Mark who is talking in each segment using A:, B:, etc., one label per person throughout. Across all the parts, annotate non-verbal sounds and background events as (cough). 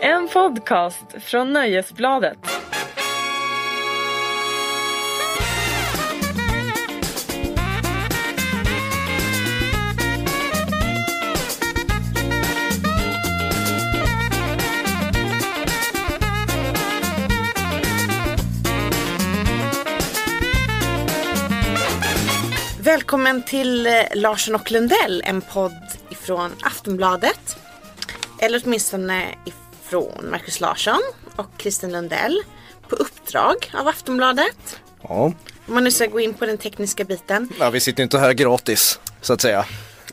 A: En podcast från Nöjesbladet.
B: Välkommen till eh, Larsson och Lundell, en podd ifrån Aftonbladet. Eller åtminstone ifrån Marcus Larsson och Kristin Lundell på uppdrag av Aftonbladet.
C: Ja.
B: Om man nu ska gå in på den tekniska biten.
C: ja, vi sitter ju inte här gratis så att säga.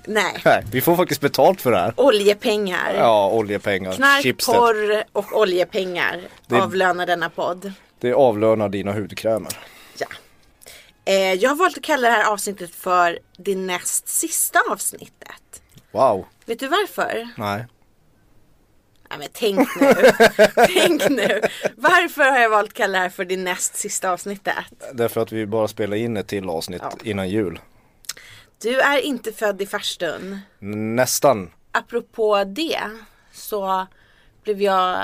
B: Nej,
C: Nej, vi får faktiskt betalt för det här.
B: oljepengar.
C: Ja, oljepengar,
B: Knark,
C: chipset.
B: porr och oljepengar
C: Det är-
B: avlönar denna podd.
C: Det avlönar dina hudkrämer.
B: Ja. Eh, jag har valt att kalla det här avsnittet för det näst sista avsnittet.
C: Wow.
B: Vet du varför?
C: Nej.
B: Nej men tänk
C: (laughs)
B: nu, tänk nu. Varför har jag valt att kalla det här för det näst sista avsnittet?
C: Därför att vi bara spelar in ett till avsnitt
B: Ja.
C: innan jul.
B: Du är inte född i farstun.
C: Nästan.
B: Apropå det så blev jag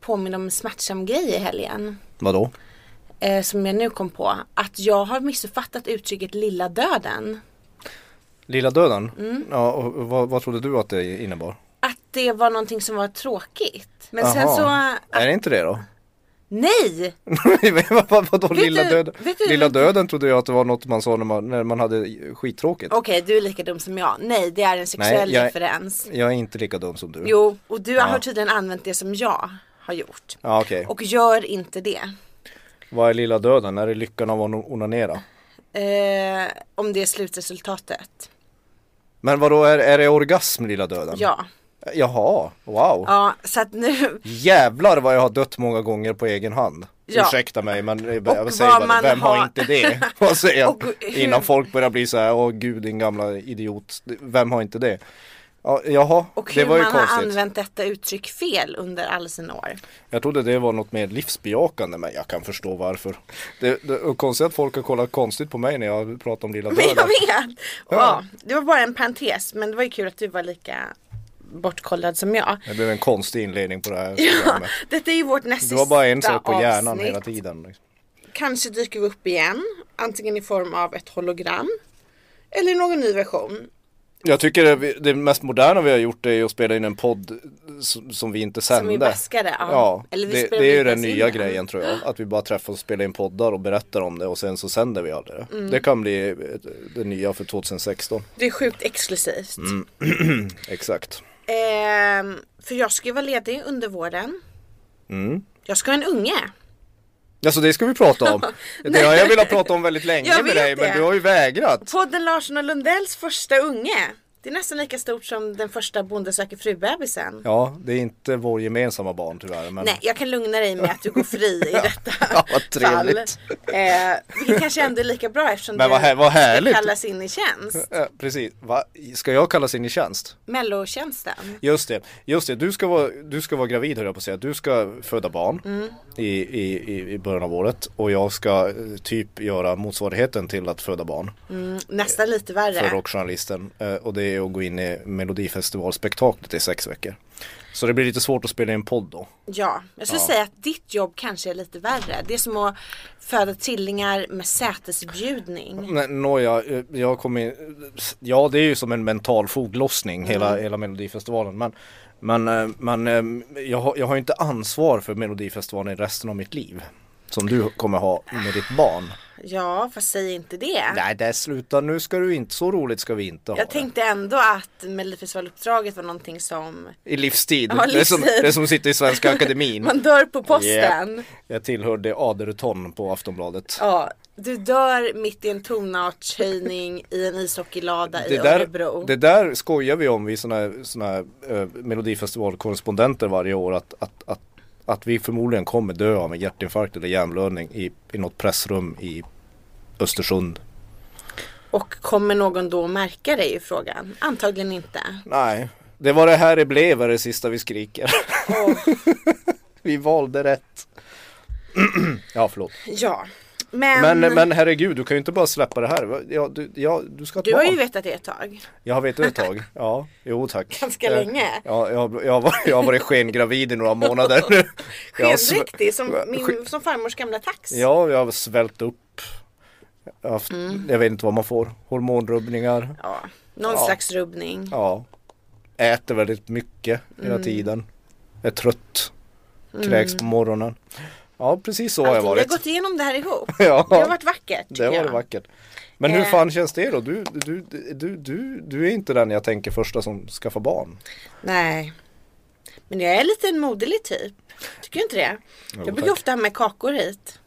B: påmind om en smärtsam grej i helgen.
C: Vadå?
B: Eh, som jag nu kom på. Att jag har missuppfattat uttrycket lilla döden.
C: Lilla döden?
B: Mm.
C: Ja, och vad, vad trodde du att det innebar?
B: Att det var någonting som var tråkigt. Men sen
C: Aha.
B: så,
C: Är det inte det då? (laughs)
B: nej!
C: Vad- vad- Vadå lilla
B: du-
C: döden?
B: vet du-
C: Lilla döden trodde jag att det var något man sa när man, när man hade skittråkigt.
B: Okej du är lika dum som jag. Nej det är en sexuell
C: jag-
B: referens.
C: Jag är inte lika dum som du.
B: Jo, och du har tydligen använt det som jag har gjort.
C: Ja, okej.
B: Och gör inte det.
C: Vad är lilla döden? Är det lyckan av att onanera?
B: Eh, om det är slutresultatet.
C: Men vadå, är, är det orgasm lilla döden?
B: Ja.
C: Jaha, wow.
B: Ja, så att nu.
C: Jävlar vad jag har dött många gånger på egen hand.
B: Ja.
C: Ursäkta mig men jag
B: vad
C: säger bara,
B: man
C: det. vem har
B: har-
C: inte det?
B: (laughs)
C: Vad säger jag?
B: Och hur-
C: Innan folk börjar bli så här, åh gud din gamla idiot, vem har inte det? Ja, jaha,
B: Och hur
C: det var ju
B: man
C: konstigt.
B: har använt detta uttryck fel under alla sina år.
C: Jag trodde det var något mer livsbejakande men jag kan förstå varför. Det, det och konstigt att folk har kollat konstigt på mig när jag pratar
B: (laughs)
C: om lilla
B: Men jag
C: döden.
B: vet. Ja, det var bara en parentes. Men det var ju kul att du var lika bortkollad som jag.
C: Det blev en konstig inledning på det här
B: Ja,
C: programmet.
B: (laughs) detta är ju vårt näst
C: Du har bara en
B: sista
C: sak på hjärnan
B: avsnitt.
C: hela tiden. liksom.
B: Kanske dyker vi upp igen. Antingen i form av ett hologram. Eller någon ny version.
C: Jag tycker det, vi- det mest moderna vi har gjort är att spela in en podd som, som vi inte sände.
B: vi baskade, ja. Eller vi
C: det,
B: spelade
C: det är ju
B: inte
C: den
B: ens in
C: nya
B: den.
C: grejen tror jag. Att vi bara träffas och spelar in poddar och berättar om det och sen så sänder vi aldrig det.
B: Mm.
C: Det kan bli eh, det nya för 2016.
B: Det är sjukt exklusivt.
C: Exakt.
B: Ehm, för jag ska ju vara ledig under våren.
C: Mm.
B: Jag ska ha en unge.
C: Alltså det ska
B: (laughs)
C: vi prata om. det har jag velat prata om väldigt länge
B: Jag
C: med
B: vet
C: dig men
B: det.
C: du har ju vägrat.
B: Podden Larsson och Lundells första unge. Det är nästan lika stort som den första Bonde söker fru-bebisen.
C: Ja, det är inte vår gemensamma barn tyvärr. Men...
B: Nej, jag kan lugna dig med att du går fri i detta
C: (laughs) Ja, vad trevligt.
B: fall. Eh, vilket kanske ändå är lika bra eftersom
C: Men vad
B: du
C: här- vad härligt.
B: kallas in i tjänst.
C: Ja, eh, precis. Va? Ska jag kallas in i tjänst?
B: Mellotjänsten.
C: Just det, just det. Du ska vara, du ska vara gravid höll jag på att säga. Du ska föda barn i, i, i- i början av året och jag ska eh, typ göra motsvarigheten till att föda barn
B: Mm,
C: Eh,
B: nästan lite
C: för
B: värre.
C: rockjournalisten. Eh, Och det är att gå in i melodifestivalspektaklet i sex veckor. Så det blir lite svårt att spela in podd då.
B: Ja, jag skulle
C: Ja.
B: säga att ditt jobb kanske är lite värre. Det är som att föda trillingar med sätesbjudning.
C: Nej, Nåja, eh, jag kommer in- Ja, det är ju som en mental foglossning
B: Mm.
C: hela, hela Melodifestivalen. Men, men, eh, men eh, jag, har, jag har ju inte ansvar för Melodifestivalen i resten av mitt liv. Som du kommer ha med ditt barn.
B: Ja, fast säg inte det.
C: Nej, det slutar. Nu ska du inte, så roligt ska vi inte ha
B: Ah. Jag tänkte ändå att Melodifestivaluppdraget var någonting som
C: det. I livstid.
B: Ja,
C: Det, är som,
B: livstid.
C: det är som sitter
B: (laughs)
C: i Svenska Akademin.
B: man dör på posten.
C: Yeah. Jag tillhörde Aderton på Aftonbladet.
B: Ja, du dör mitt i en tonartshöjning i en ishockeylada i
C: det där,
B: Örebro.
C: det där skojar vi om vi såna, såna eh, melodifestivalkorrespondenter varje år att, att, att, att vi förmodligen kommer dö av en hjärtinfarkt eller hjärnblödning i, i något pressrum i Östersund.
B: Och kommer någon då märka det i frågan? Antagligen inte.
C: Nej, det var det här det blev är det sista vi skriker. (laughs)
B: Och,
C: vi valde rätt. (clears throat) ja, förlåt.
B: ja, Men,
C: Men, men herregud, du kan ju inte bara släppa det här. Va? Ja, du, ja, du ska ha ett
B: du har ju
C: barn.
B: vetat det ett tag.
C: Jag har vetat
B: (laughs)
C: ett tag. Ja, jo tack.
B: Ganska
C: Eh,
B: länge.
C: Ja, jag, har- jag, har varit- jag har varit skengravid i några månader
B: (laughs)
C: nu. Jag har sv-
B: Skendräktig som, min,
C: Sk-
B: som farmors gamla tax.
C: Ja, jag har svällt upp. Jag, har haft,
B: Mm.
C: jag vet inte vad man får. Hormonrubbningar.
B: Ja, Någon
C: Ja.
B: slags rubbning.
C: Ja. Äter väldigt mycket hela
B: Mm.
C: tiden. Är trött. Kräks på morgonen. Ja, precis så har jag
B: Allting. Vi har
C: varit.
B: gått igenom Mm. Alltså, det här ihop.
C: (laughs) Ja.
B: Det har varit vackert. tycker
C: Det var
B: jag.
C: det vackert. Men hur
B: Eh.
C: fan känns det då? Du, du, du, du, du är inte den jag tänker första som skaffar barn.
B: Nej. Men jag är lite en moderlig typ. Tycker du inte det?
C: Jo,
B: jag brukar
C: tack.
B: ofta ha med kakor hit.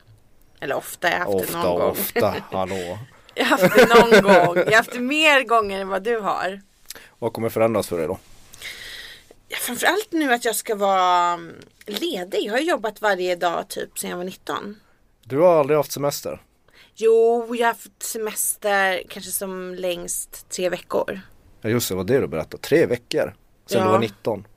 B: Eller ofta, jag har haft det
C: Ofta,
B: någon gång.
C: ofta, hallå.
B: (laughs) Jag har haft det någon gång. Jag har haft det mer gånger än vad du har.
C: Vad kommer förändras för dig då?
B: Ja, Framförallt nu att jag ska vara mm, ledig. Jag har ju jobbat varje dag typ sedan jag var 19.
C: Du har aldrig haft semester.
B: Jo, jag har haft semester kanske som längst tre veckor.
C: Ja just det, vad det du berättade. Tre veckor. Sen du
B: Ja.
C: var 19.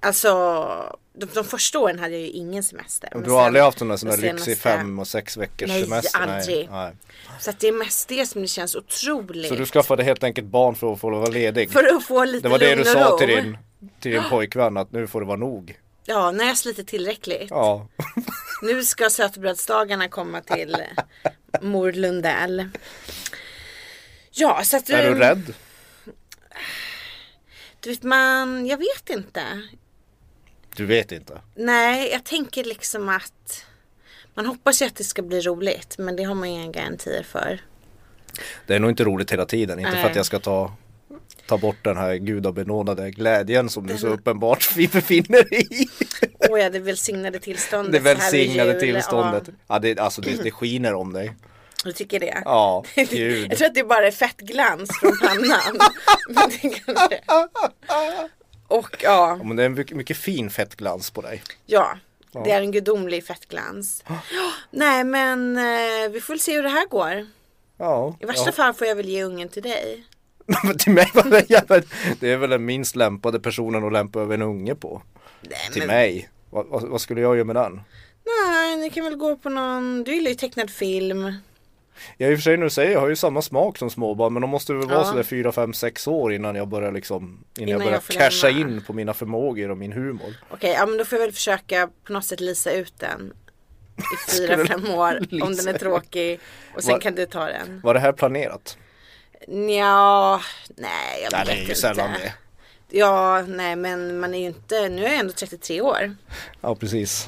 B: Alltså, de, de första åren hade jag ju ingen semester.
C: Du
B: Men
C: har
B: sen-
C: aldrig haft en där sån där
B: den
C: lyxig
B: senaste-
C: fem och sex veckors
B: Nej,
C: semester?
B: aldrig.
C: Nej.
B: Så att det är mest det som det känns otroligt.
C: Så du skaffade helt enkelt barn för att få vara ledig?
B: (laughs) För att få lite
C: det var det
B: lugn
C: du
B: och
C: sa
B: ro.
C: till din,
B: (gasps)
C: till din pojkvän att nu får det vara nog.
B: Ja, när jag sliter tillräckligt.
C: Ja,
B: Nu ska sötbrödsdagarna komma till eh, mor Lundell. Ja, så att eh,
C: är du rädd?
B: Du vet man, jag vet inte.
C: Du vet inte.
B: Nej, jag tänker liksom att man hoppas ju att det ska bli roligt, men det har man ju inga garantier för.
C: Det är nog inte roligt hela tiden, inte för
B: Nej.
C: att jag ska ta Ta bort den här gudabenådade glädjen som du så uppenbart (laughs) vi befinner i
B: Åh ja, det
C: (laughs)
B: välsignade tillståndet.
C: Det
B: så här vid
C: välsignade
B: jul.
C: tillståndet
B: Ja,
C: Ja, det, alltså det, det skiner om dig
B: du tycker (laughs) det?
C: Ja,
B: Jag
C: gud
B: tror att det bara är fettglans från pannan. (laughs) Men det
C: (laughs)
B: kanske... Och ja,
C: Ja, Men det är en mycket, mycket fin fettglans på dig
B: ja. Det är en gudomlig
C: (gasps)
B: fettglans. Ja, Nej men eh, vi får väl se hur det här går.
C: Ja,
B: I värsta
C: ja.
B: fall får jag väl ge ungen till dig.
C: (laughs) Men till mig var det, jävla, det är väl den minst lämpade personen att lämpa över en unge på
B: Nej,
C: Till
B: men-
C: mig vad, vad, vad skulle jag göra med den?
B: Nej, ni kan väl gå på någon, du gillar ju tecknad film.
C: Jag i och för sig nu säger jag har ju samma smak som småbarn men de måste väl vara
B: Ja.
C: sådär 4, 5, 6 år innan jag börjar liksom Innan, jag
B: Innan
C: börjar
B: jag får
C: casha
B: lämna.
C: in på mina förmågor och min humor
B: Okej, ja men då får jag väl försöka på något sätt lisa ut den.
C: (laughs)
B: I
C: Ska du
B: fyra, fem år
C: lisa
B: om den är
C: ut?
B: tråkig. Och sen
C: Vad-
B: kan du ta den.
C: Var det här planerat?
B: Ja, nej jag
C: Nej
B: vet
C: det är ju
B: inte.
C: sällan det
B: Ja, nej men man är ju inte, nu är jag ändå 33 år.
C: Ja precis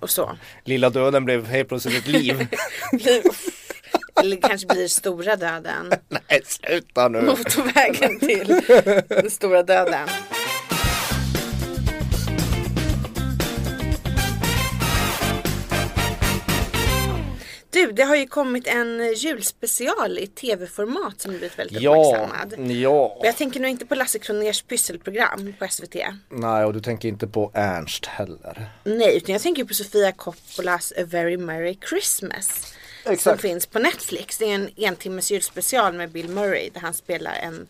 B: Och
C: (laughs)
B: så.
C: Lilla döden blev helt plötsligt
B: (laughs)
C: ett liv
B: Blir- Eller kanske blir stora döden.
C: Nej sluta nu
B: Motorvägen till den stora döden. Du, det har ju kommit en julspecial i tv-format som blivit väldigt
C: Ja,
B: uppmärksammad.
C: ja
B: Och jag tänker nu inte på Lasse Kroners pysselprogram på SVT.
C: Nej och du tänker inte på Ernst heller
B: Nej, utan jag tänker på Sofia Coppolas A Very Merry Christmas. Som
C: Exakt.
B: finns på Netflix. Det är en entimmes julspecial med Bill Murray där han spelar en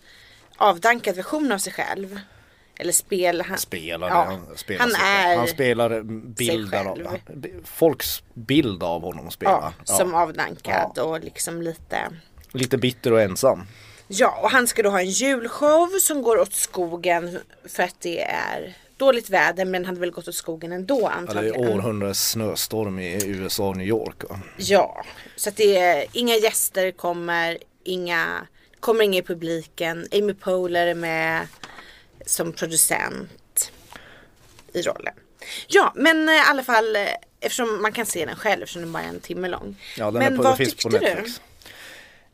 B: avdankad version av sig själv. Eller spelar han.
C: Spelar,
B: Ja.
C: han, spelar
B: Han
C: sig
B: är
C: själv. han spelar bilden
B: själv.
C: av Folks bild av honom spelar
B: ja,
C: Ja.
B: som avdankad och liksom lite.
C: Lite bitter och ensam
B: Ja, och han ska då ha en julshow som går åt skogen för att det är dåligt väder men hade väl gått åt skogen ändå
C: Ja, det är
B: antagligen.
C: århundradets snöstorm i USA och New York. va?
B: Ja, så att det är inga gäster kommer, inga, kommer ingen i publiken. Amy Poehler är med som producent i rollen. Ja, men eh, i alla fall eh, eftersom man kan se den själv eftersom den bara är en timme lång.
C: Ja, den
B: men
C: är på,
B: vad
C: den finns
B: tyckte
C: på Netflix.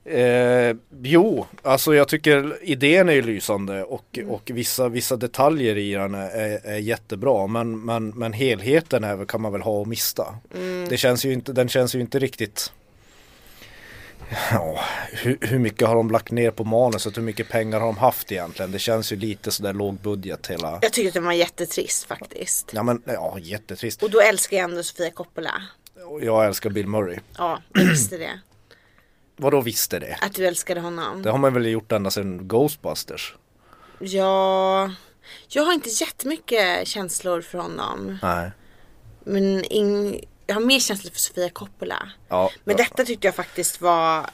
C: Eh, jo, alltså jag tycker idén är ju lysande och,
B: Mm.
C: och vissa, vissa detaljer i den är, är, är jättebra men, men, men helheten är, väl- kan man väl ha och mista.
B: Mm.
C: Det känns ju inte, den känns ju inte riktigt Ja, hur, hur mycket har de lagt ner på manuset? Hur mycket pengar har de haft egentligen? Det känns ju lite sådär låg budget hela
B: Jag tyckte att den var jättetrist faktiskt.
C: Ja men ja, jättetrist.
B: Och då älskar jag ändå Sofia Coppola.
C: Och Jag älskar Bill Murray.
B: Ja,
C: (clears throat)
B: jag visste det.
C: Vadå visste det?
B: Att du älskade honom.
C: Det har man väl gjort ända sedan Ghostbusters?
B: Ja, jag har inte jättemycket känslor för honom.
C: Nej.
B: Men in, jag har mer känsla för Sofia Coppola.
C: Ja,
B: Men
C: ja.
B: detta tyckte jag faktiskt var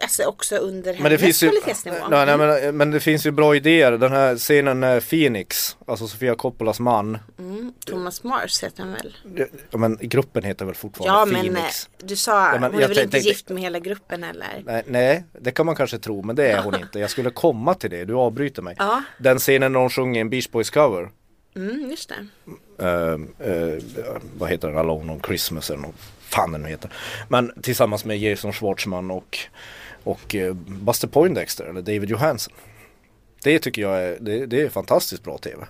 B: Alltså också under
C: Men det
B: hennes
C: finns ju,
B: kvalitetsnivå.
C: nej, nej,
B: Mm.
C: men, men det finns ju bra idéer. Den här scenen när Phoenix, alltså Sofia Coppolas man.
B: Thomas Mars heter han väl?
C: Ja, men gruppen heter väl
B: Ja
C: fortfarande
B: men eh,
C: Phoenix?
B: du sa,
C: Ja, men
B: hon är
C: jag
B: väl
C: tän-
B: inte
C: tänkte-
B: gift med hela gruppen eller?
C: Nej, nej, det kan man kanske tro, men det
B: (laughs)
C: är hon inte. Jag skulle komma till det, du avbryter mig.
B: Ja.
C: Den scenen när hon sjunger en Beach Boys cover.
B: Mm, just det.
C: Eh, eh, vad heter den, Alone on Christmas eller något fan den nu heter. Men tillsammans med Jason Schwartzman och, och eh, Buster Poindexter eller David Johansen. Det tycker jag är, det, det är fantastiskt bra tv.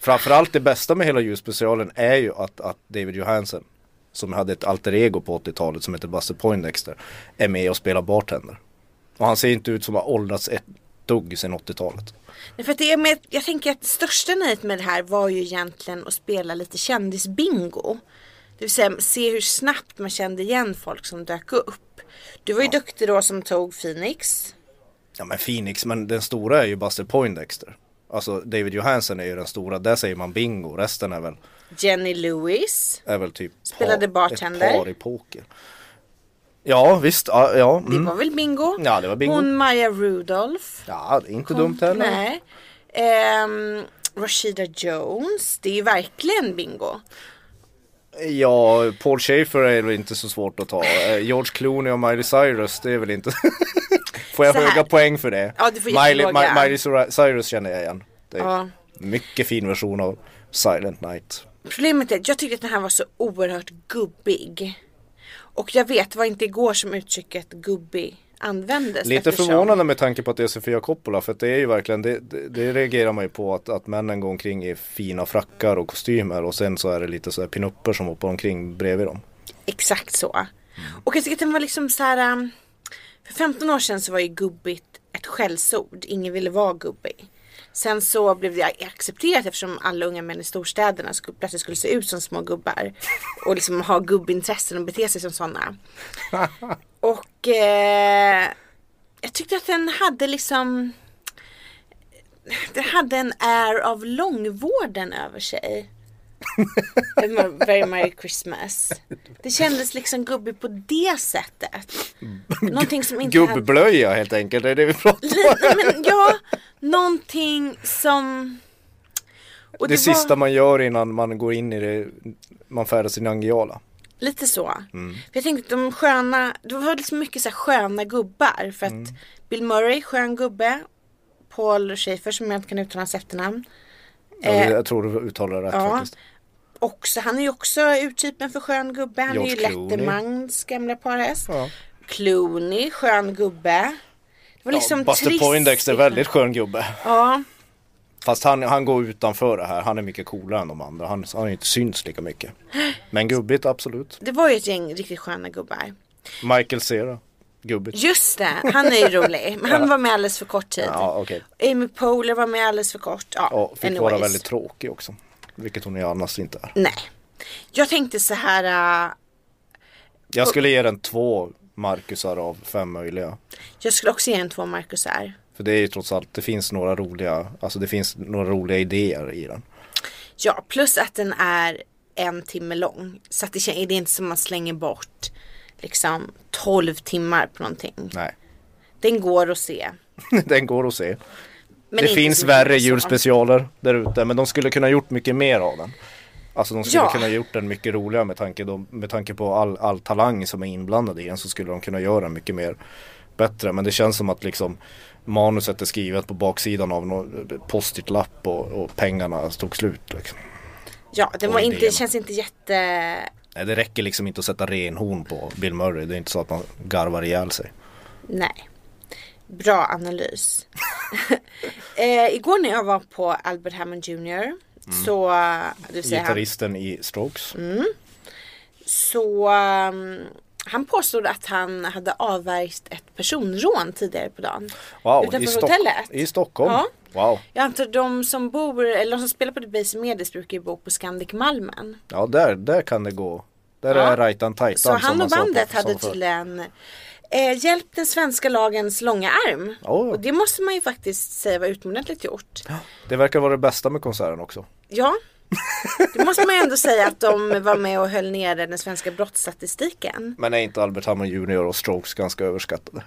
C: Framförallt det bästa med hela julspecialen är ju att, att David Johansen som hade ett alter ego på 80-talet som heter Buster Poindexter är med och spelar bartender. Och han ser inte ut som har åldrats ett dugg sedan 80-talet.
B: Nej, För att det är med, jag tänker att det största nöjet med det här var ju egentligen att spela lite kändisbingo. Det vill säga se hur snabbt man kände igen folk som dök upp. Du var ju duktig då som tog Phoenix.
C: Ja men Phoenix, men den stora är ju Buster Poindexter. Alltså David Johansen är ju den stora, där säger man bingo, resten är väl,
B: Jenny Lewis.
C: är väl typ
B: Spelade bartender.
C: ett par i poker. Ja visst, ja. ja,
B: Det
C: mm.
B: var väl bingo?
C: Ja, det var bingo.
B: Hon Maya Rudolph.
C: ja det är inte dumt heller.
B: Nej. Ehm, Rashida Jones. Det är ju verkligen bingo.
C: Ja, Paul Schaefer är väl inte så svårt att ta. Eh, George Clooney och Miley Cyrus, det är väl inte... (laughs) får jag
B: Så här.
C: höga poäng för det?
B: Ja, du får
C: Miley,
B: jättelåga.
C: Mi- Miley Cyra- Cyrus känner jag igen. Det är
B: Ja.
C: Mycket fin version av Silent Night.
B: Problemet är att jag tyckte att den här var så oerhört gubbig. Och jag vet, det var inte igår som uttrycket gubbig användes.
C: Lite
B: eftersom-
C: förvånande med tanke på att det är Sofia Coppola för att det är ju verkligen det, det, det reagerar man ju på att, att männen går omkring i fina frackar och kostymer och sen så är det lite så här pinupper som hoppar omkring bredvid dem.
B: Exakt så. Och jag tycker att den var liksom så här. um, För 15 år sedan så var ju gubbigt ett skällsord. Ingen ville vara gubbig. Sen så blev det accepterat eftersom alla unga män i storstäderna skulle, plötsligt skulle se ut som små gubbar. Och liksom ha gubbintressen och bete sig som sådana. Och eh, jag tyckte att den hade liksom Den hade en air av långvården över
C: (laughs)
B: sig. Very Merry Christmas. Det kändes liksom gubbig på det
C: (laughs)
B: sättet. Någonting som inte hade... (laughs)
C: Gubbblöja helt enkelt, det är det vi pratar om.
B: Lite, men ja, någonting som... Och
C: Det
B: var
C: sista man gör innan man går in i det, man färdas i Nangijala.
B: Lite så.
C: Mm.
B: För jag tänkte att de sköna, det var liksom mycket så här sköna gubbar. För att
C: Mm.
B: Bill Murray, skön gubbe. Paul Schaefer som jag inte kan uttala hans efternamn.
C: Jag,
B: Eh,
C: jag tror du uttalar det rätt
B: ja.
C: faktiskt.
B: Också, han är ju också urtypen för skön gubbe. Han är
C: George
B: ju
C: Clooney.
B: Lettermans gamla parhäst.
C: Ja.
B: Clooney, skön gubbe. Det var liksom
C: ja, Buster
B: trist.
C: Poindexter, väldigt skön gubbe.
B: Ja.
C: Fast han, han går utanför det här, han är mycket coolare än de andra, han han har ju inte synts lika mycket. Men gubbigt, absolut.
B: Det var ju ett gäng riktigt sköna gubbar.
C: Michael Cera, gubbigt.
B: Just det, han
C: (laughs)
B: är ju rolig. Men han var med alldeles för kort tid.
C: Ja, okej.
B: Amy Poehler var med alldeles för kort. Ja,
C: Ja, fick vara
B: anyways.
C: väldigt tråkig också. Vilket hon ju annars inte är.
B: Nej. Jag tänkte så här. äh,
C: Jag skulle ge den två Marcusar av fem möjliga.
B: jag skulle också ge en två Marcusar.
C: För det är ju trots allt, det finns några roliga, alltså det finns några roliga idéer i den.
B: Ja, plus att den är en timme lång. Så att det, kän- det är inte som man slänger bort liksom 12 timmar på någonting.
C: Nej, (laughs)
B: Den går att se.
C: den går att se.
B: Men
C: det
B: inte
C: finns
B: så
C: värre
B: mycket så.
C: julspecialer där ute, men de skulle kunna gjort mycket mer av den. Alltså de skulle
B: Ja.
C: kunna gjort den mycket roligare med tanke, de, med tanke på all, all talang som är inblandad i den så skulle de kunna göra den mycket mer bättre. Men det känns som att liksom manuset är skrivet på baksidan av någon post-it-lapp och, och pengarna tog slut. Liksom.
B: Ja, den
C: Och
B: var inte,
C: idéerna.
B: känns inte jätte...
C: Nej, det räcker liksom inte att sätta renhorn på Bill Murray. Det är inte så att man garvar ihjäl sig.
B: Nej. Bra
C: (laughs)
B: analys. eh, igår när jag var på Albert Hammond Jr.
C: Mm.
B: Så, det vill säga han, Mm.
C: Gitarristen i Strokes.
B: så um, han påstod att han hade avvärjt ett personrån tidigare på dagen.
C: Wow,
B: Utanför
C: i, Stock-
B: hotellet.
C: i Stockholm.
B: Ja.
C: Wow,
B: Jag antar de som bor, eller de som spelar på The Base Medis brukar ju bo på Scandic Malmen.
C: ja där, där kan det gå. Där
B: Ja.
C: är rajtan tajtan.
B: Så
C: som
B: han
C: man
B: och
C: sa på-
B: bandet hade
C: som förr.
B: tydligen eh, hjälpt den svenska lagens långa arm.
C: Ja, ja.
B: Och det måste man ju faktiskt säga var utomordentligt gjort.
C: Det verkar vara det bästa med konserten också.
B: Ja, Det måste man ju ändå säga att de var med och höll nere den svenska brottsstatistiken.
C: Men är inte Albert Hammar Jr och Strokes ganska överskattade?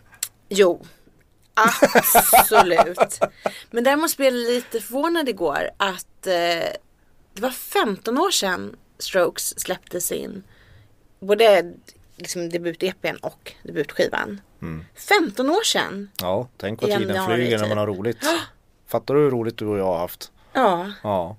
B: Jo, absolut. Men däremot blev jag lite förvånad igår att eh, det var 15 år sedan Strokes släppte sin både liksom debut-EPn och debutskivan.
C: Mm.
B: 15 år sedan.
C: Ja, tänk vad
B: I
C: tiden
B: januari,
C: flyger när
B: typ.
C: man har
B: (gasps)
C: roligt. Fattar du hur roligt du och jag har haft?
B: Ja,
C: Ja.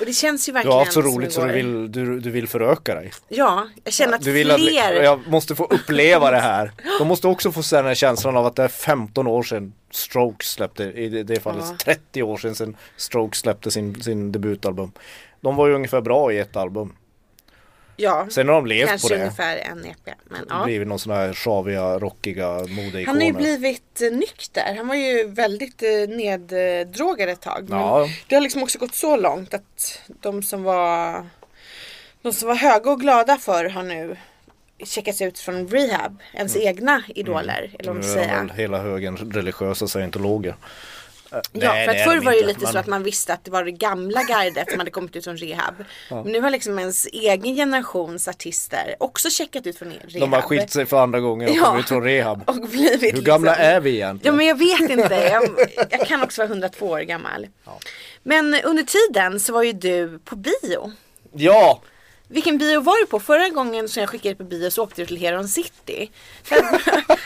B: och det känns ju
C: Du
B: verkligen
C: har haft så
B: som
C: roligt så du
B: igår.
C: vill, du, du vill föröka dig.
B: Ja, jag känner att
C: Du vill att
B: fler
C: jag måste få uppleva
B: (gasps)
C: det här. De måste också få se den här känslan av att det är 15 år sedan Strokes släppte, i det- det fallet
B: Ja.
C: 30 år sedan, sedan Strokes släppte sin, sin debutalbum. De var ju ungefär bra i ett album.
B: Ja,
C: Sen har de levt
B: kanske
C: på det.
B: ungefär en EP. Men,
C: Ja.
B: ja.
C: Blivit någon sån här sjaviga, rockiga modeikoner.
B: Han har ju blivit eh, nykter. Han var ju väldigt eh, neddrogad ett tag. Men
C: Ja.
B: det har liksom också gått så långt att de som var de som var höga och glada för har nu checkats ut från rehab. Ens egna idoler. Eller vad
C: Mm. Nu
B: man
C: är
B: ska
C: de
B: säga.
C: väl hela högen religiösa scientologer. Eh,
B: Ja,
C: nej,
B: för
C: det
B: att
C: är
B: förr
C: de
B: var det ju
C: inte,
B: lite så
C: men-
B: att man visste att det var det gamla gardet som hade kommit ut från rehab. Men nu har liksom ens egen generations artister också checkat ut från rehab.
C: De har skilt sig för andra gången och
B: Ja.
C: kommit ut från rehab.
B: (laughs) Och blivit
C: Hur gamla
B: liksom...
C: är vi
B: Ja
C: egentligen?
B: men jag vet inte. Jag, jag kan också vara 102 år gammal. Men under tiden så var ju du på bio.
C: Ja!
B: Vilken bio var du på? Förra gången som jag skickade på bio så åkte du till Heron City. (laughs)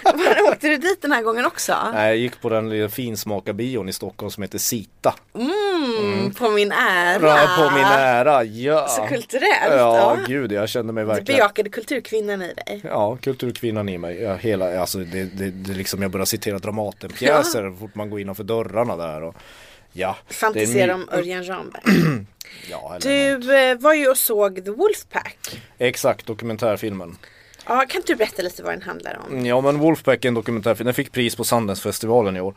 B: Var åkte du dit den här gången också?
C: Nej, jag gick på den lilla finsmakarbion i Stockholm som heter Sita.
B: Mm, på min ära.
C: Bra på min ära, ja!
B: Så kulturellt.
C: Ja,
B: Ja,
C: gud, jag kände mig
B: Du
C: verkligen
B: bejakade kulturkvinnan i dig.
C: Ja, kulturkvinnan i mig. Ja, hela, alltså det, det, det liksom, jag börjar citera Dramatenpjäser så fort man går innanför dörrarna där och ja. det är
B: Fantisera
C: my-
B: om Örjan Ramberg.
C: Ja, eller något.
B: Du eh, var ju och såg The Wolfpack.
C: Exakt, dokumentärfilmen.
B: Ja, kan inte du berätta lite vad den handlar om?
C: Mm, Ja men Wolfpack är en dokumentärfilm, den fick pris på Sundance-festivalen i år.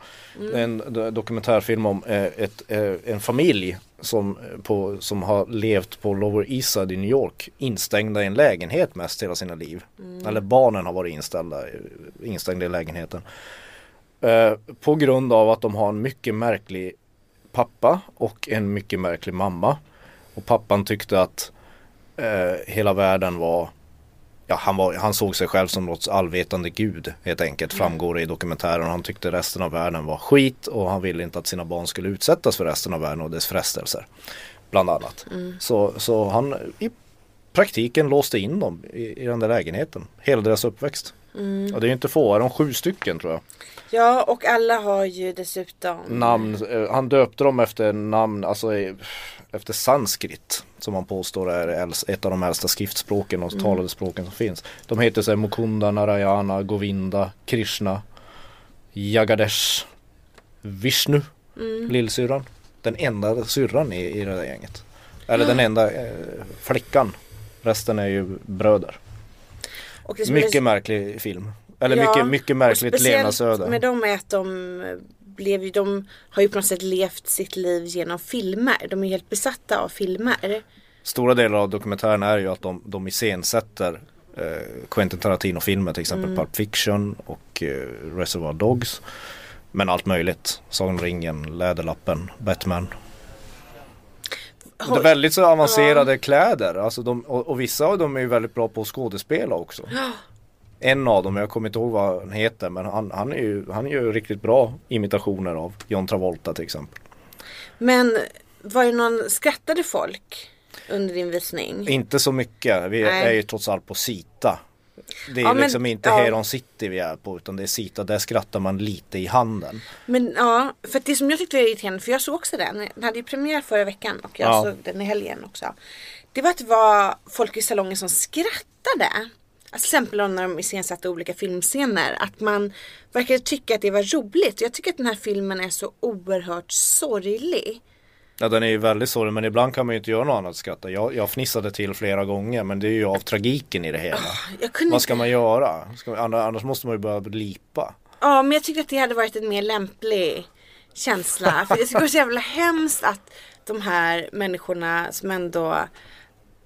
C: Det är en do- dokumentärfilm om eh, ett, eh, en familj som, eh, på, som har levt på Lower East Side i New York instängda i en lägenhet mest hela sina liv. Eller barnen har varit inställda, eh, instängda i lägenheten. Eh, på grund av att de har en mycket märklig pappa och en mycket märklig mamma. Och pappan tyckte att eh, hela världen var Ja, han, var, han såg sig själv som något allvetande gud helt enkelt framgår det i dokumentären. Han tyckte resten av världen var skit och han ville inte att sina barn skulle utsättas för resten av världen och dess frestelser. Bland annat. Så, så han i praktiken låste in dem i, i den där lägenheten. Hela deras uppväxt. Och det är ju inte få, är de sju stycken tror jag.
B: Ja, och alla har ju dessutom
C: Namn, eh, han döpte dem efter namn, alltså eh, efter sanskrit. Som han påstår är äls- ett av de äldsta skriftspråken
B: Mm.
C: och talade språken som finns. De heter så här Mukunda, Narayana, Govinda, Krishna, Jagadesh, Vishnu,
B: Mm.
C: lillsyrran. Den enda syrran i, i det där gänget. Eller den enda eh, flickan. Resten är ju bröder.
B: och det som är-
C: Mycket märklig film. Eller
B: Ja,
C: mycket, mycket
B: och
C: märkligt
B: speciellt
C: levnadsöde.
B: med dem är att de blev ju, de har ju på något sätt levt sitt liv genom filmer. De är ju helt besatta av filmer.
C: Stora delar av dokumentären är ju att de, de iscensätter eh, Quentin Tarantino-filmer, till exempel Pulp Fiction och eh, Reservoir Dogs. Men allt möjligt. Sagan om ringen, Läderlappen, Batman. Det är väldigt så avancerade kläder. Alltså de, och, och vissa av dem är ju väldigt bra på att skådespela också. En av dem, jag kommer inte ihåg vad han heter, men han, han, är ju, han gör ju riktigt bra imitationer av John Travolta till exempel.
B: Men var det någon, skrattade folk under din visning?
C: Inte så mycket. Vi
B: Nej.
C: är ju trots allt på Sita. Det är
B: Ja, men-
C: liksom inte
B: ja.
C: Heron City vi är på utan det är Sita. Där skrattar man lite i handen.
B: Men ja, för att det som jag tyckte var irriterande, för jag såg också den, den hade ju premiär förra veckan och jag
C: Ja.
B: såg den i helgen också. Det var att det var folk i salongen som skrattade. Alltså, till exempel när de iscensatte olika filmscener. Att man verkade tycka att det var roligt. Jag tycker att den här filmen är så oerhört sorglig.
C: Ja den är ju väldigt sorglig men ibland kan man ju inte göra något annat än skratta. Jag, jag fnissade till flera gånger men det är ju av tragiken i det hela.
B: Jag kunde
C: Vad ska man göra? Ska man, anna- annars måste man ju börja lipa.
B: Ja, men jag tyckte att det hade varit en mer lämplig känsla. För jag tycker det är så jävla hemskt att de här människorna som ändå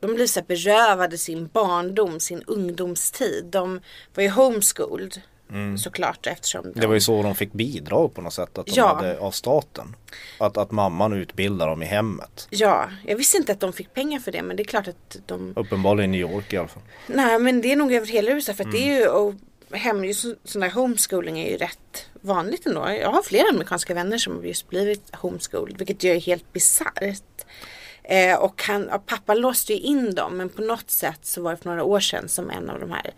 B: de blir så här berövade sin barndom, sin ungdomstid. De var ju homeschooled såklart eftersom de,
C: Mm. Det var ju så de fick bidrag på något sätt att de
B: Ja.
C: hade, av staten. Att, att mamman utbildar dem i hemmet.
B: Ja, jag visste inte att de fick pengar för det men det är klart att de
C: Uppenbarligen i New York i alla fall.
B: Nej men det är nog över hela USA för att
C: Mm.
B: det är ju och hem, just så- sån där homeschooling är ju rätt vanligt ändå. Jag har flera amerikanska vänner som har just blivit homeschooled vilket ju är helt bisarrt. Eh, och han, ja, pappa låste ju in dem men på något sätt så var det för några år sedan som en av de här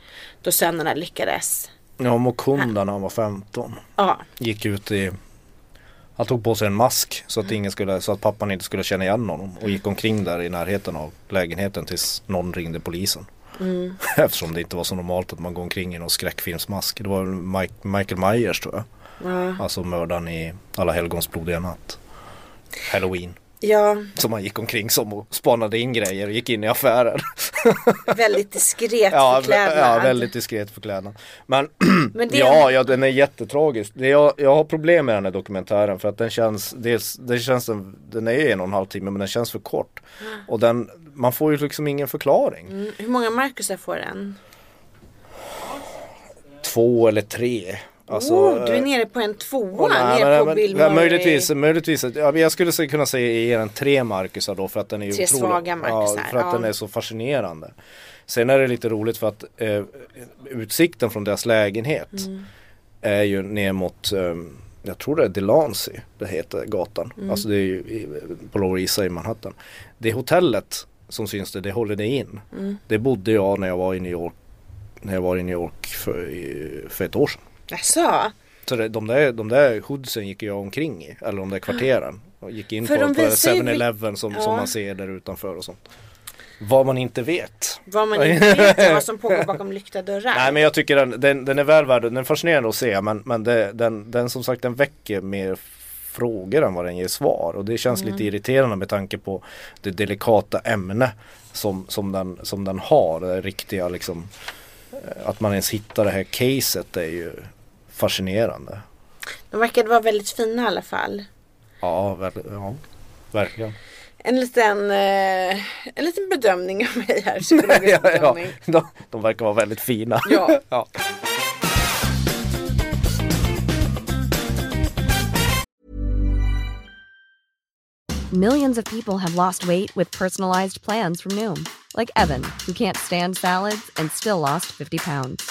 B: då sönerna lyckades.
C: Ja, Mokunda när han var 15
B: Ja,
C: gick ut i han tog på sig en mask så att, ingen skulle, så att pappan inte skulle känna igen honom och gick omkring där i närheten av lägenheten tills någon ringde polisen. (laughs) Eftersom det inte var så normalt att man går omkring i någon skräckfilmsmask. Det var väl Mike, Michael Myers tror jag.
B: ja,
C: Alltså mördaren i Alla helgons blodiga natt. Halloween.
B: ja
C: Som han gick omkring som och spanade in grejer och gick in i affärer.
B: väldigt diskret
C: Ja, vä-
B: förklädnad.
C: ja, väldigt diskret förklädnad. Men,
B: Men det-
C: ja, ja, den är jättetragisk. Det, jag, jag har problem med den här dokumentären för att den känns, dels, den, känns den, den är ju en och en halv timme men den känns för kort. Och den, man får ju liksom ingen förklaring.
B: Mm, Hur många Marcusar får den?
C: Två eller tre. Alltså,
B: oh, du
C: eh,
B: är nere på en tvåa,
C: Åh, nej,
B: nere
C: nej,
B: på
C: men-
B: Bill
C: ja,
B: Murray.
C: möjligtvis, möjligtvis att, ja, men jag skulle säkert kunna säga ge den tre Marcusar då för att den är ju
B: Tre
C: otrolig.
B: svaga
C: ja,
B: Marcusar,
C: För att
B: ja.
C: den är så fascinerande. Sen är det lite roligt för att eh, utsikten från deras lägenhet
B: Mm.
C: är ju ner mot eh, jag tror det är Delancey det heter gatan.
B: Mm.
C: Alltså det är ju i, på Lower East Side i Manhattan. Det hotellet som syns det, det håller det in.
B: Mm.
C: Det bodde jag när jag var i New York när jag var i New York för, i- för ett år sedan.
B: Jaså?
C: Så det, de, där, de där hoodsen gick jag omkring i, eller de där kvarteren. Och gick in
B: Ah. För
C: på,
B: de
C: på
B: visar ju vil-
C: 7-Eleven som, som
B: Ja.
C: man ser där utanför och sånt. Vad man inte vet.
B: Vad
C: (laughs)
B: man inte vet är vad som pågår bakom lyckta dörrar.
C: Nej men jag tycker den, den, den är väl värd, den är fascinerande att se men, men det, den, den som sagt den väcker mer frågor än vad den ger svar och det känns
B: Mm.
C: lite irriterande med tanke på det delikata ämne som, som, den, som den har, det riktiga liksom eh, att man ens hittar det här caset är ju fascinerande.
B: De verkade vara väldigt fina i alla fall.
C: Ja, ver- ja verkligen.
B: En liten, eh, en liten bedömning av mig
C: (laughs)
B: här. psykologisk
C: ja, ja.
B: bedömning.
C: (laughs) De, de verkar vara väldigt fina.
B: Ja.
C: (laughs) ja.
D: Millions of people have lost weight with personalized plans from Noom, like Evan, who can't stand salads and still lost 50 pounds.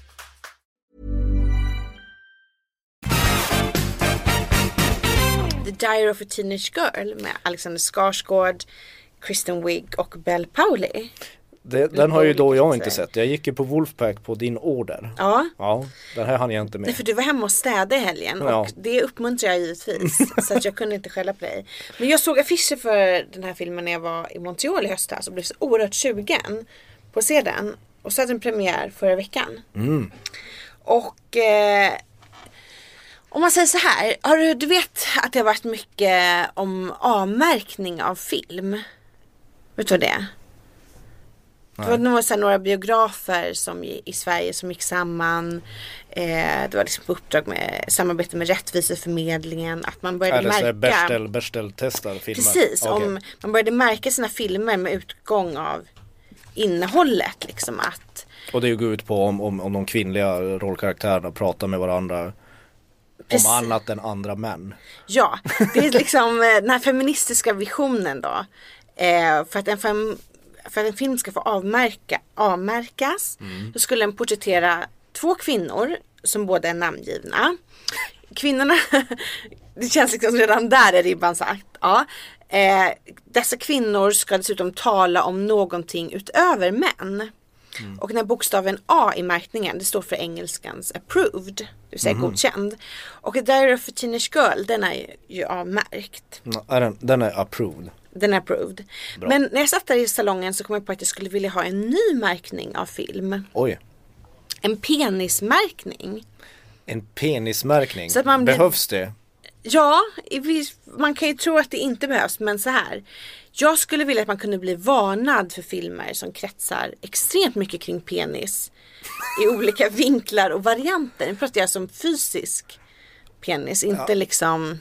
B: The Diary of a Teenage Girl med Alexander Skarsgård, Kristen Wiig och Belle Powley.
C: Det, den har ju då jag inte
B: Lite.
C: sett. Jag gick ju på Wolfpack på din order.
B: Ja.
C: Ja, den här hann jag inte
B: Nej,
C: med.
B: för du var hemma och städade i helgen
C: Ja.
B: och det uppmuntrar jag
C: (laughs)
B: givetvis. så att jag kunde inte skälla på dig. Men jag såg affischer för den här filmen när jag var i Montreal i höstas och blev så oerhört sugen på att se den. Och så hade den premiär förra veckan.
C: Mm.
B: Och eh, om man säger så här, har du, du vet att det har varit mycket om avmärkning av film. Vet du vad det är? Det var några, så här, några biografer som, i i Sverige som gick samman. Eh, det var liksom på uppdrag med samarbete med Rättviseförmedlingen. Att man började
C: Är det så här
B: märka.
C: Bechdel, Bechdel-testar filmer?
B: Precis,
C: Okej.
B: om man började märka sina filmer med utgång av innehållet. Liksom att
C: Och det går ut på om, om, om de kvinnliga rollkaraktärerna pratar med varandra
B: Precis.
C: om annat än andra män.
B: Ja, det är liksom eh, den här feministiska visionen då. Eh, för, att en fem, för att en film ska få avmärka, avmärkas då skulle den porträttera två kvinnor som båda är namngivna. Kvinnorna, (laughs) det känns liksom redan där är ribban sagt. Ja. Eh, dessa kvinnor ska dessutom tala om någonting utöver män. Och den här bokstaven A i märkningen det står för engelskans approved, det vill säga godkänd. Och The Diary of a Teenage Girl den är ju- ju avmärkt.
C: Mm, Är den, den är approved.
B: Den är approved. Men när jag satt där i salongen så kom jag på att jag skulle vilja ha en ny märkning av film.
C: Oj.
B: En penismärkning.
C: En penismärkning.
B: Så att man blir-
C: Behövs det?
B: Ja, i viss- man kan ju tro att det inte behövs men så här. Jag skulle vilja att man kunde bli varnad för filmer som kretsar extremt mycket kring penis i
C: (laughs)
B: olika vinklar och varianter. Nu pratar jag som fysisk penis, inte liksom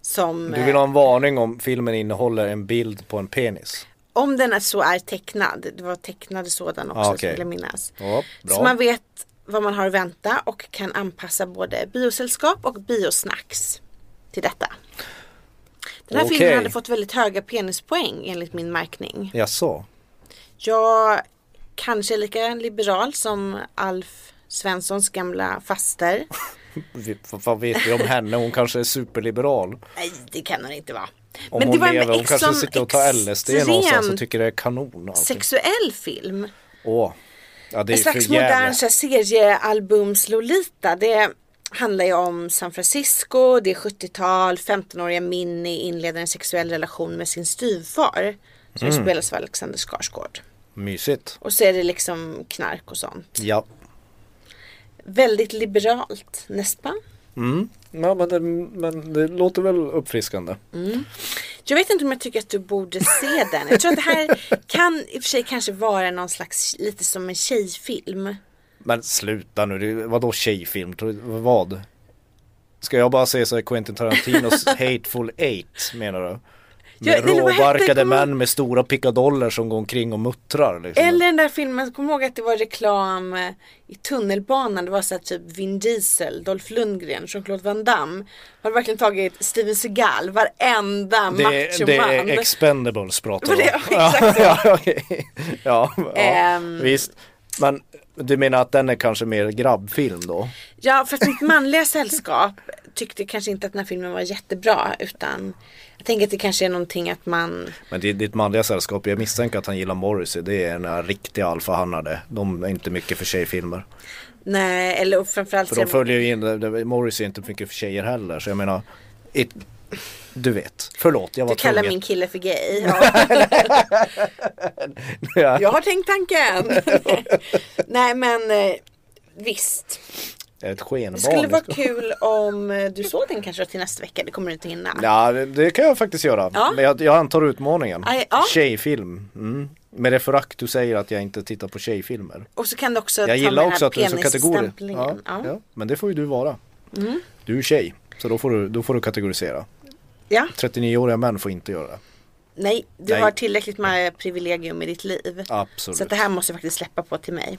B: som
C: Du vill
B: eh,
C: ha en varning om filmen innehåller en bild på en penis?
B: om den är så är tecknad. Det var tecknade sådana också
C: Ah,
B: skulle
C: okej.
B: jag minnas.
C: Ja, bra.
B: Så man vet vad man har att vänta och kan anpassa både biosällskap och biosnacks till detta. Den här filmen
C: Okej.
B: hade fått väldigt höga penispoäng enligt min märkning.
C: Jaså?
B: Jag kanske är lika liberal som Alf Svenssons gamla
C: (laughs)
B: faster.
C: Vi- Vad vad vet vi om henne? Hon kanske är superliberal.
B: Nej det kan hon inte vara.
C: Om
B: Men det
C: hon
B: var en
C: lever, hon kanske
B: extrem-
C: sitter och tar LSD någonstans och
B: extremt
C: tycker det är kanon. och allting.
B: Sexuell film.
C: Åh. Ja det är
B: En
C: ju
B: slags
C: för jävla.
B: modern så här seriealbums Lolita. Det handlar ju om San Francisco, det är 70-tal, 15-åriga Minnie inleder en sexuell relation med sin styvfar. Som
C: Mm.
B: spelas av Alexander Skarsgård.
C: Mysigt.
B: Och så är det liksom knark och sånt.
C: Ja.
B: Väldigt liberalt, nästan.
C: Ja, men, det, men det låter väl uppfriskande.
B: Jag vet inte om jag tycker att du borde se den. Jag tror att det här kan i och för sig kanske vara någon slags, lite som en tjejfilm.
C: Men sluta nu, det, vadå tjejfilm? Tror du- Vad? Ska jag bara se så här
B: (laughs)
C: Quentin Tarantinos Hateful Eight menar du? Med
B: Ja, eller vad hette-
C: råbarkade
B: kommer-
C: män med stora pickadoller som går omkring och muttrar liksom.
B: Eller den där filmen, kom ihåg att det var reklam eh, i tunnelbanan. Det var så här typ Vin Diesel, Dolph Lundgren, Jean-Claude Van Damme. Har du verkligen tagit Steven Seagal, varenda
C: det, det är
B: machoman.
C: expendables pratar
B: Var
C: (laughs)
B: det- (laughs)
C: vi om. Ja, ja, okej. ja, ja
B: Ehm.
C: visst. Men du menar att den är kanske mer grabbfilm då?
B: Ja, för att mitt manliga sällskap tyckte kanske inte att den här filmen var jättebra. Utan jag tänker att det kanske är någonting att man,
C: Men det, ditt manliga sällskap, jag misstänker att han gillar Morrissey. Det är några riktiga alfahannade. De är inte mycket för tjejfilmer.
B: nej, eller och framförallt
C: För
B: ser-
C: de följer ju in, det- det- Morrissey är inte mycket för tjejer heller. Så jag menar, it, du vet. Förlåt, jag var
B: du kallar
C: tvungen.
B: min kille för gay. Ja.
C: (laughs) Ja.
B: Jag har tänkt tanken.
C: (laughs)
B: nej, men eh, visst.
C: Ett skenbarn.
B: Det skulle vara kul om eh, du såg den kanske till nästa vecka, det kommer du inte hinna.
C: Ja, det- det kan jag faktiskt göra.
B: Ja.
C: Men jag, jag antar utmaningen.
B: Aj, ja.
C: Tjejfilm. Mm. Med det förakt du säger att jag inte tittar på tjejfilmer.
B: Och så kan du också ta
C: Jag gillar
B: med
C: också att
B: den
C: du är
B: här
C: så kategorisk. Ja,
B: penisstämplingen.
C: ja.
B: Ja. Mm.
C: men det får ju du vara. Du är tjej, så då får du, då får du kategorisera.
B: Ja.
C: 39-åriga män får inte göra det.
B: Nej, du
C: Nej.
B: har tillräckligt med privilegium i ditt liv.
C: Absolut. Mm.
B: Så att det här måste jag faktiskt släppa på till mig.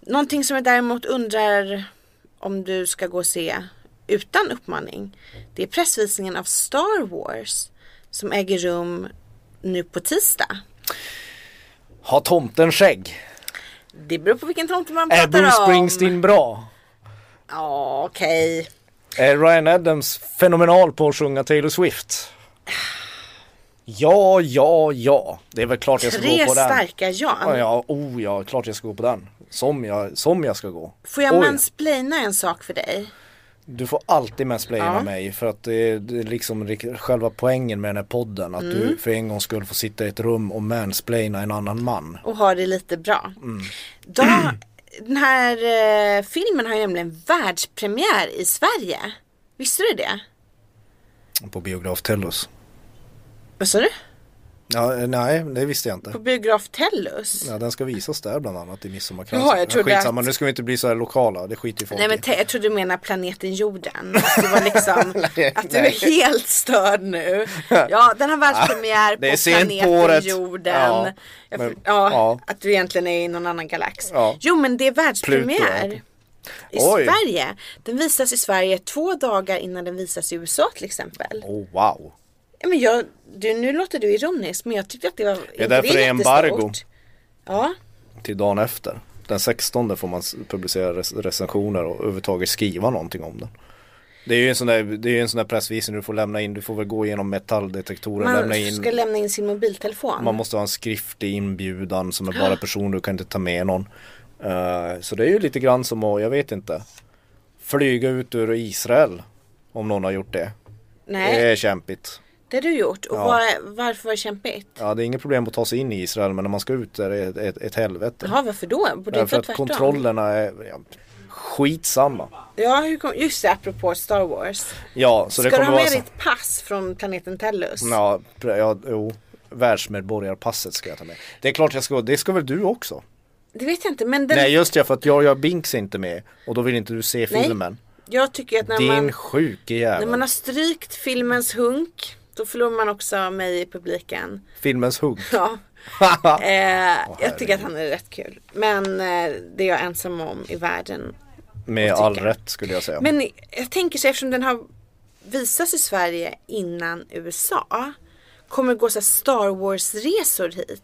B: Någonting som jag däremot undrar om du ska gå och se utan uppmaning. Det är pressvisningen av Star Wars som äger rum nu på tisdag.
C: Har tomten skägg?
B: Det beror på vilken tomte man
C: Är
B: pratar
C: Bruce
B: om.
C: Springsteen bra?
B: Ja, okej.
C: Är Ryan Adams fenomenal på att sjunga Taylor Swift?
B: Ah.
C: Ja, ja, ja. Det är väl klart jag ska
B: Tre
C: gå på den.
B: starka ja.
C: Ja, ja, oh ja, klart jag ska gå på den. Som jag, som jag ska gå.
B: Får jag
C: Oj,
B: mansplaina en sak för dig?
C: Du får alltid mansplaina mig för att det är, det är liksom rik- själva poängen med den här podden. Att
B: Mm.
C: du för en gångs skull får sitta i ett rum och mansplaina en annan man.
B: och ha det lite bra. Då, den här eh, filmen har ju nämligen världspremiär i Sverige. Visste du det?
C: På biograf Tellus.
B: Vad sa du?
C: Ja, eh, nej, det visste jag inte.
B: På biograf Tellus?
C: Ja, den ska visas där bland annat i midsommarkransen.
B: Jaha, jag trodde
C: Skitsamma,
B: att-
C: nu ska vi inte bli så här lokala. Det skiter ju folk
B: Nej men
C: i.
B: te- jag tror du menar planeten jorden. Att du var liksom,
C: (laughs) Nej,
B: att du
C: nej.
B: är helt störd nu. Ja den har världspremiär
C: (laughs) det är
B: på
C: sent på
B: planeten
C: året.
B: jorden.
C: Ja,
B: jag,
C: men-
B: ja,
C: ja.
B: Att du egentligen är i någon annan galax.
C: Ja.
B: Jo men det är världspremiär.
C: Pluto.
B: I
C: Oj.
B: Sverige. Den visas i Sverige två dagar innan den visas i USA till exempel.
C: Oh, wow.
B: Ja, Men jag, du, nu låter du ironisk men jag tyckte att det var inte
C: därför det är
B: jättestort.
C: embargo.
B: Ja,
C: Till dagen efter. Den 16 får man s- publicera rec- recensioner och överhuvudtaget skriva någonting om den. Det är ju en sån där, det är ju en sån där pressvisning du får lämna in. Du får väl gå igenom metalldetektorer.
B: man
C: lämna in,
B: ska lämna in sin mobiltelefon.
C: Man måste ha en skriftlig inbjudan som är
B: Ah.
C: bara person. Du kan inte ta med någon. Eh, så det är ju lite grann som att, jag vet inte. Flyga ut ur Israel. Om någon har gjort det.
B: Nej,
C: Det är kämpigt.
B: det har du gjort. Och var, varför var det kämpigt?
C: Ja, det är inget problem att ta sig in i Israel men när man ska ut där är det ett, ett helvete.
B: Jaha, varför då? Borde
C: Därför
B: inte
C: att
B: tvärtom?
C: kontrollerna är ja, skitsamma.
B: Ja, hur kom, just det, apropå Star Wars.
C: Ja, så det
B: Ska du
C: kommer
B: ha
C: vara
B: med
C: så.
B: ditt pass från planeten Tellus?
C: Ja, pre- ja, jo. Världsmedborgarpasset ska jag ta med. Det är klart jag ska, det ska väl du också?
B: Det vet jag inte, men den,
C: Nej just det, för att jag, jag Binks är inte med och då vill inte du se
B: Nej.
C: filmen.
B: jag tycker att när
C: Din
B: man,
C: sjuke
B: när
C: jävel.
B: man har strykt filmens hunk, då förlorar man också mig i publiken. (laughs)
C: Filmens hugg. (laughs)
B: Ja. Eh, jag tycker att han är rätt kul. Men eh, det är jag ensam om i världen.
C: Med all rätt skulle jag säga.
B: Men jag tänker så här, eftersom den har visats i Sverige innan USA. Kommer det gå så här Star Wars resor hit?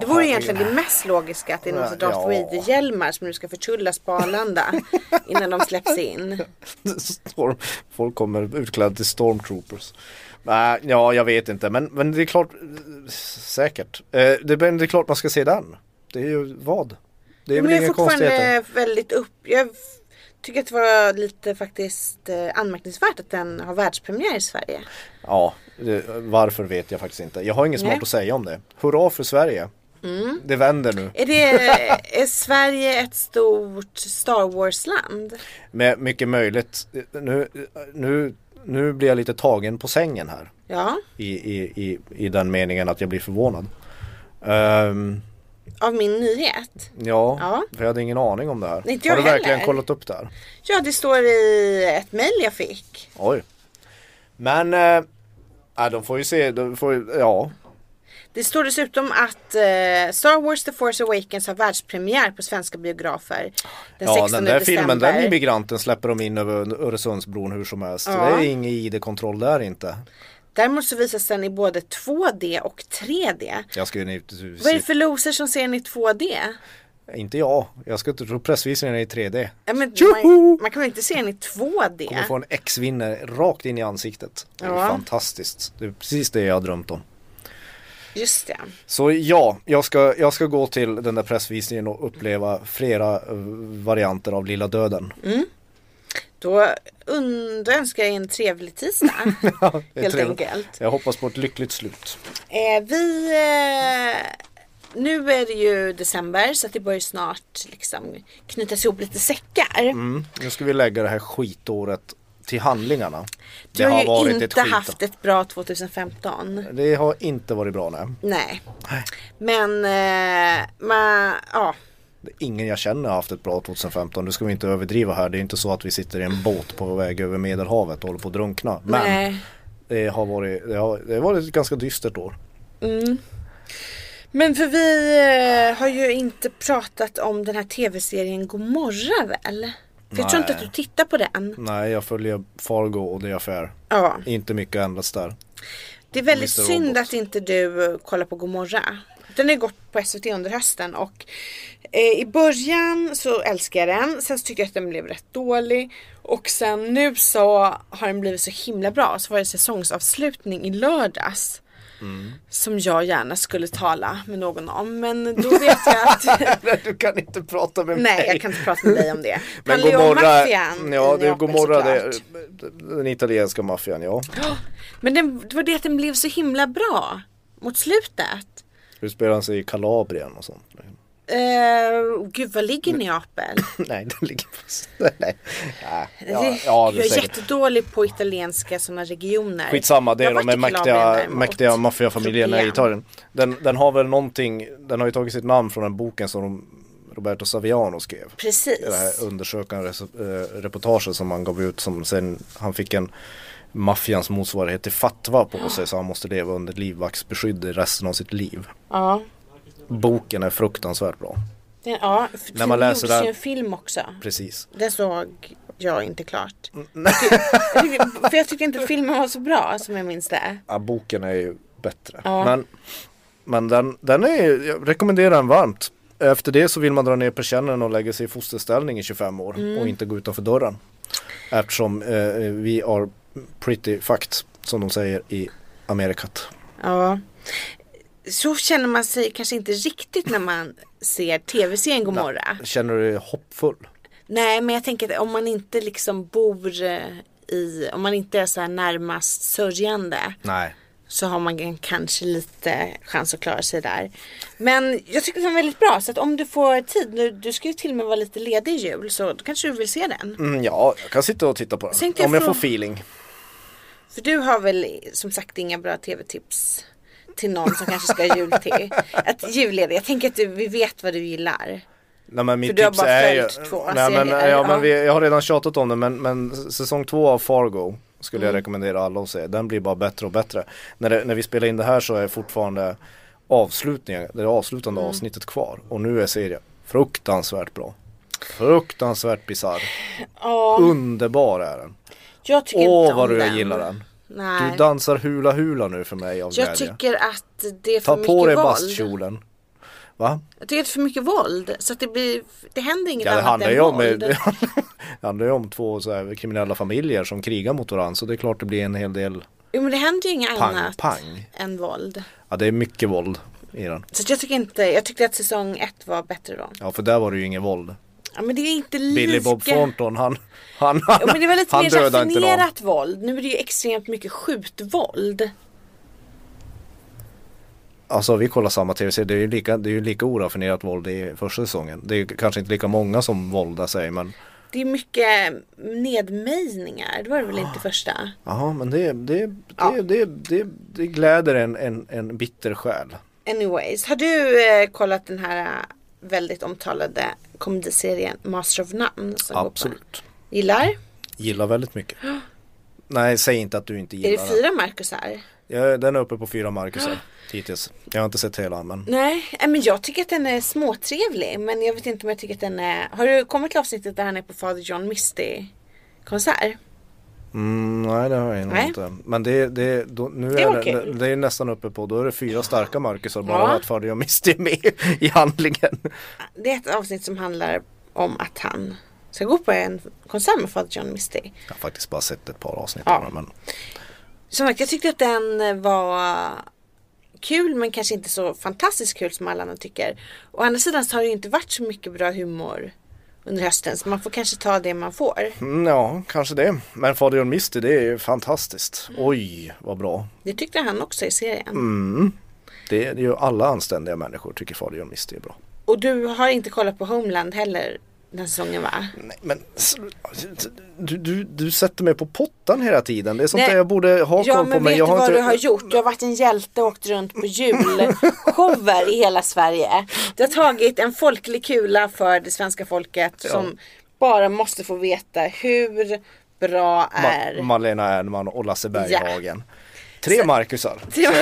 B: Det vore egentligen det mest logiska att det är någon som
C: Ja.
B: Darth Vader hjälmar som nu ska förtullas på Arlanda
C: (laughs)
B: innan de släpps in.
C: (laughs) Storm, folk kommer utklädda till stormtroopers. Nej, ja jag vet inte men, men det är klart, eh, säkert. Eh, det, men det är klart man ska se den. Det är ju vad? Det är
B: Men
C: väl
B: jag är
C: inga konstigheter.
B: fortfarande väldigt upp... Jag f- tycker att det var lite faktiskt eh, anmärkningsvärt att den har världspremiär i Sverige.
C: Ja, det, varför vet jag faktiskt inte. Jag har inget smart
B: Nej. Mm.
C: att säga om det. Hurra för Sverige. Det vänder nu.
B: Är,
C: (laughs)
B: det, är Sverige ett stort Star Wars-land?
C: Med mycket möjligt. Nu, nu, nu blir jag lite tagen på sängen här.
B: Ja,
C: I, i, i, i den meningen att jag blir förvånad. Ehm,
B: av min nyhet.
C: ja,
B: Ja.
C: för jag hade ingen aning om det här.
B: Inte
C: Har
B: jag
C: du verkligen
B: heller.
C: kollat upp det här?
B: Ja, det står i ett mejl jag fick.
C: Oj. Men, eh, ja, de får ju se, de får ju, ja.
B: Det står dessutom att eh, Star Wars The Force Awakens har världspremiär på svenska biografer den
C: ja,
B: 16
C: den där
B: december.
C: filmen, den migranten släpper de in över Öresundsbron hur som helst.
B: Ja.
C: Det är ingen ID-kontroll där inte.
B: Däremot så visas den i både 2D och 3D.
C: Jag ska ju givetvis
B: Vad är det för loser som ser den i 2D?
C: Inte jag. Jag ska inte tro pressvisningen är i 3D.
B: Ja, men
C: Tjoho!
B: man, man kan väl inte se den i 2D?
C: Kommer få en X-vinner rakt in i ansiktet. Det är ju
B: Ja.
C: fantastiskt. Det är precis det jag har drömt om.
B: Just det.
C: Så ja, jag ska, jag ska gå till den där pressvisningen och uppleva flera eh, varianter av Lilla Döden.
B: Mm, Då, und- då önskar jag en trevlig
C: (laughs)
B: tisdag.
C: (laughs) Det är
B: Helt
C: trevligt.
B: enkelt.
C: Jag hoppas på ett lyckligt slut.
B: Eh, vi... Eh, nu är det ju december så att det börjar ju snart liksom knytas ihop lite säckar.
C: Mm. Nu ska vi lägga det här skitåret till handlingarna.
B: du har ju inte haft ett bra 2015.
C: Det har inte varit bra nej.
B: Nej. Men, eh, man, ja.
C: Det är Ingen jag känner har haft ett bra 2015, det ska vi inte överdriva här. Det är inte så att vi sitter i en båt på väg över medelhavet och håller på att drunkna. Men
B: Nej.
C: det har varit, det har, det har varit ett ganska dystert år.
B: Men för vi eh, har ju inte pratat om den här tv-serien Gomorra väl? För jag tror inte att du tittar på den.
C: Nej, jag följer Fargo och The Affair.
B: Ja.
C: Inte mycket har ändrats där.
B: Det är väldigt
C: Mr.
B: synd
C: Robot.
B: att inte du eh, kollar på Gomorra. Den har ju gått på SVT under hösten och eh, i början så älskade jag den, sen så tyckte jag att den blev rätt dålig och sen nu så har den blivit så himla bra så var det säsongsavslutning i lördags
C: Mm.
B: som jag gärna skulle tala med någon om men då vet jag
C: (laughs)
B: att
C: (laughs) du kan inte prata med
B: Nej jag kan inte prata med dig om det.
C: Men
B: Handlar ju om
C: Gomorra,
B: maffian
C: ja
B: i
C: det är
B: Neapel
C: Gomorra, det,
B: såklart.
C: den italienska maffian ja.
B: Men den, det var det att den blev så himla bra mot slutet.
C: Utspelar sig i Kalabrien och sånt.
B: Uh, gud, var ligger Neapel?
C: (laughs) Nej, den ligger på... (laughs) Nej. Ja, (clears throat) ja,
B: Det-
C: ja,
B: jag
C: det är
B: är
C: säkert.
B: jättedålig på italienska sådana regioner.
C: Skitsamma, det
B: Jag typ
C: är
B: har
C: de här
B: varit i Kalabrien
C: mäktiga,
B: däremot.
C: mäktiga maffiafamiljerna i
B: Problem.
C: Italien. Den, den har väl någonting, den har ju tagit sitt namn från den boken som de- Roberto Saviano skrev.
B: Precis.
C: Det här undersökande res- eh, reportaget som han gav ut som sen han fick en maffians motsvarighet till fatwa på sig så han måste leva under livvaktsbeskydd i resten av sitt liv.
B: Ja.
C: Boken är fruktansvärt bra.
B: Den, ja, för
C: När man
B: det
C: läser
B: gjordes
C: där-
B: ju en film också.
C: Precis.
B: Den såg jag inte klart.
C: Mm.
B: Jag tyckte- för jag tyckte inte filmen var så bra som jag minns det.
C: Ja, boken är ju bättre.
B: Ja.
C: Men, men den, den är, ju- jag rekommenderar den varmt. Efter det så vill man dra ner persiennen och lägga sig i fosterställning i 25 år och inte gå utanför dörren. Eftersom eh, vi are pretty fucked som de säger i Amerikat.
B: Ja. Så känner man sig kanske inte riktigt när man ser tv-serien Gomorra.
C: Känner du dig hoppfull?
B: Nej men jag tänker att om man inte liksom bor eh, i, om man inte är så här närmast sörjande
C: Nej.
B: så har man kanske lite chans att klara sig där. Men jag tycker den är väldigt bra så att om du får tid, nu, du ska ju till och med vara lite ledig i jul så då kanske du vill se den.
C: Mm, ja, jag kan sitta och titta på
B: Sen
C: den.
B: kan jag
C: Om jag
B: fråga-
C: får feeling.
B: För du har väl som sagt inga bra tv-tips till någon som kanske ska ha jul
C: (laughs)
B: till. Att julledig, jag tänker att du, vi vet vad du gillar.
C: Nej men mitt
B: För du har
C: tips
B: bara
C: är ju...
B: följt två
C: Nej, men,
B: serier,
C: ja,
B: ja.
C: men vi, jag har redan tjatat om det men, men s- säsong två av Fargo skulle
B: Mm.
C: jag rekommendera alla att se. Den blir bara bättre och bättre. När, det, när vi spelar in det här så är fortfarande avslutningen, det avslutande
B: Mm.
C: avsnittet kvar. Och nu är serien fruktansvärt bra. Fruktansvärt bisarr. Underbar är den.
B: Jag tycker inte
C: Åh
B: om
C: vad du
B: den.
C: jag gillar den.
B: Nej.
C: Du dansar hula hula nu för mig av
B: jag
C: glädje.
B: tycker att det är för
C: Ta
B: mycket
C: på dig
B: våld.
C: bastkjolen. Va?
B: Jag tycker att det är för mycket våld. Så att det blir, det händer inget
C: Ja, det
B: annat
C: handlar
B: än
C: ju om,
B: våld.
C: (laughs) det handlar ju om två så här kriminella familjer som krigar mot varandra så det är klart det blir en hel del
B: Jo men det händer ju inget
C: pang
B: annat
C: pang.
B: än våld.
C: Ja det är mycket våld i den.
B: Så att jag tycker inte, jag tyckte att säsong ett var bättre då.
C: Ja för där var det ju inget våld.
B: Ja men det är inte lika.
C: Billy Bob Thornton han, han, han,
B: Jo, men det var lite
C: han
B: mer
C: dödade inte någon.
B: raffinerat våld. Nu är det ju extremt mycket skjutvåld.
C: Alltså vi kollar samma tv-serie, det är ju lika, det är ju lika oraffinerat våld i första säsongen. Det är ju kanske inte lika många som våldar sig men
B: Det är mycket mm, nedmejningar. Det var det väl
C: Ah.
B: inte första?
C: ja men det, det, det,
B: Ja.
C: det, det, det, det gläder en, en, en bitter själ.
B: Anyways, har du eh, kollat den här eh, väldigt omtalade komediserien Master of None? Som går på-
C: Absolut.
B: Gillar?
C: Gillar väldigt mycket. Nej säg inte att du inte gillar
B: Är det
C: den.
B: fyra Marcusar?
C: Ja, den är uppe på fyra
B: Ah.
C: Marcusar hittills. Jag har inte sett hela men
B: Nej, nej, men jag tycker att den är småtrevlig. Men jag vet inte om jag tycker att den är... Har du kommit till avsnittet där han är på Father John Misty konsert?
C: mm, nej det har jag nog
B: Nej.
C: inte. Men det, det, då, nu
B: Det var
C: är det,
B: kul.
C: det är nästan uppe på, då är det fyra starka Marcusar bara
B: Ja.
C: att för (laughs) jag misste med i handlingen.
B: Det är ett avsnitt som handlar om att han ska gå på en konsert med Father John Misty.
C: Jag har faktiskt bara sett ett par avsnitt
B: Ja.
C: av den men
B: Som sagt, jag tyckte att den var kul men kanske inte så fantastiskt kul som alla andra tycker. Å andra sidan så har det ju inte varit så mycket bra humor under hösten så man får kanske ta det man får.
C: mm, ja kanske det. Men Fader John Misty det är ju fantastiskt.
B: Mm.
C: Oj vad bra.
B: Det tyckte han också i serien.
C: Det är ju alla anständiga människor tycker Fader John Misty är bra.
B: Och du har inte kollat på Homeland heller den säsongen va?
C: Nej men s- du, du, du sätter mig på pottan hela tiden. Det är sånt
B: Nej.
C: där jag borde ha
B: Ja
C: koll på
B: men
C: men
B: vet
C: jag
B: du
C: har
B: vad
C: inte
B: du har gjort? Du har varit en hjälte och åkt runt på julshower i hela Sverige. Du har tagit en folklig kula för det svenska folket som bara måste få veta hur bra är
C: Ma- Malena Ernman och Lasse Berghagen.
B: (laughs)
C: Tre Marcusar. (laughs)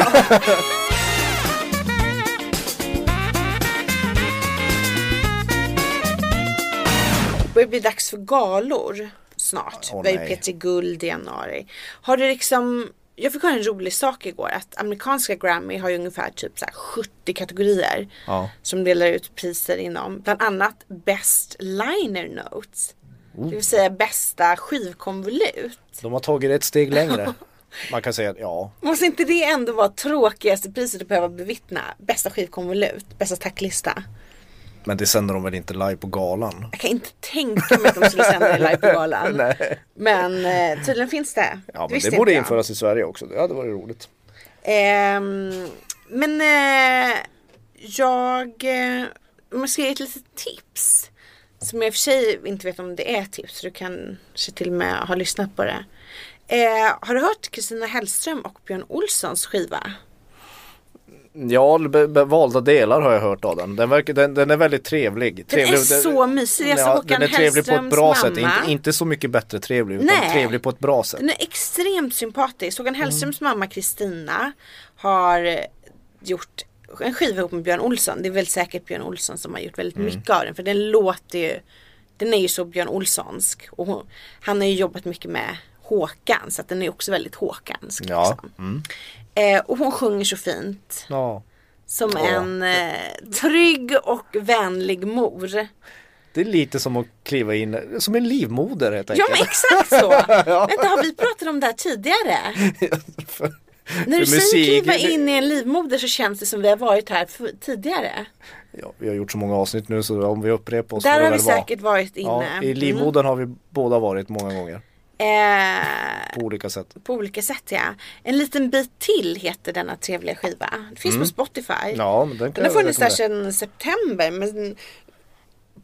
B: Det börjar bli dags för galor snart.
C: Åh,
B: det är ju
C: nej.
B: P3 Guld i januari. Har du liksom jag fick höra en rolig sak igår att amerikanska Grammy har ju ungefär typ så här 70 kategorier
C: Ja.
B: som delar ut priser inom bland annat Best Liner Notes. Det
C: Oh.
B: vill säga bästa skivkonvolut.
C: De har tagit ett steg (laughs) längre. Man kan säga att ja,
B: Måste inte det ändå vara tråkigaste priset att behöva bevittna? Bästa skivkonvolut, bästa tacklista.
C: men det sänder de väl inte live på galan.
B: Jag kan inte tänka mig att de skulle sända det live på
C: (laughs)
B: galan. men eh, tydligen finns det.
C: Ja, men
B: visste
C: det borde
B: inte jag.
C: införas i Sverige också. Det hade varit roligt.
B: Ehm, men eh, jag, eh, om jag ska ge ett litet tips. Som jag i och för sig inte vet om det är ett tips. Du kanske till och med har lyssnat på det. Eh, har du hört Kristina Hellström och Björn Olssons skiva?
C: Ja, be- be- valda delar har jag hört av den. Den, verkar, den, den är väldigt trevlig.
B: Den
C: trevlig
B: är så mysig. Det är alltså Håkan
C: Den är trevlig på ett
B: Hellströms
C: bra sätt.
B: mamma.
C: Inte, inte så mycket bättre trevlig utan
B: Nej.
C: trevlig på ett bra sätt.
B: Den är extremt sympatisk. Håkan Hellströms mamma Kristina har eh, gjort en skiva ihop med Björn Olsson. Det är väl säkert Björn Olsson som har gjort väldigt mycket av den. För den låter ju, den är ju så Björn Olssonsk. Och hon, han har ju jobbat mycket med Håkan så att den är också väldigt Håkansk.
C: Ja,
B: Liksom. Eh, och hon sjunger så fint.
C: Ja.
B: Som en eh, trygg och vänlig mor.
C: Det är lite som att kliva in som en livmoder helt
B: Ja
C: enkelt.
B: men exakt så! Vänta har vi pratat om det här tidigare?
C: (laughs) För-
B: När du
C: för
B: säger kliva
C: musik-
B: in i en livmoder så känns det som vi har varit här för, tidigare.
C: Ja, vi har gjort så många avsnitt nu så om vi upprepar oss får
B: Där
C: det
B: har vi
C: väl vara.
B: säkert varit inne. Mm.
C: Ja, I livmodern har vi båda varit många gånger.
B: Eh,
C: på olika sätt. (laughs)
B: på olika sätt ja. En liten bit till heter denna trevliga skiva. Det finns på Spotify.
C: Mm. Ja, men den
B: Den
C: kan
B: har
C: jag
B: funnits där sedan
C: rekommendera.
B: september men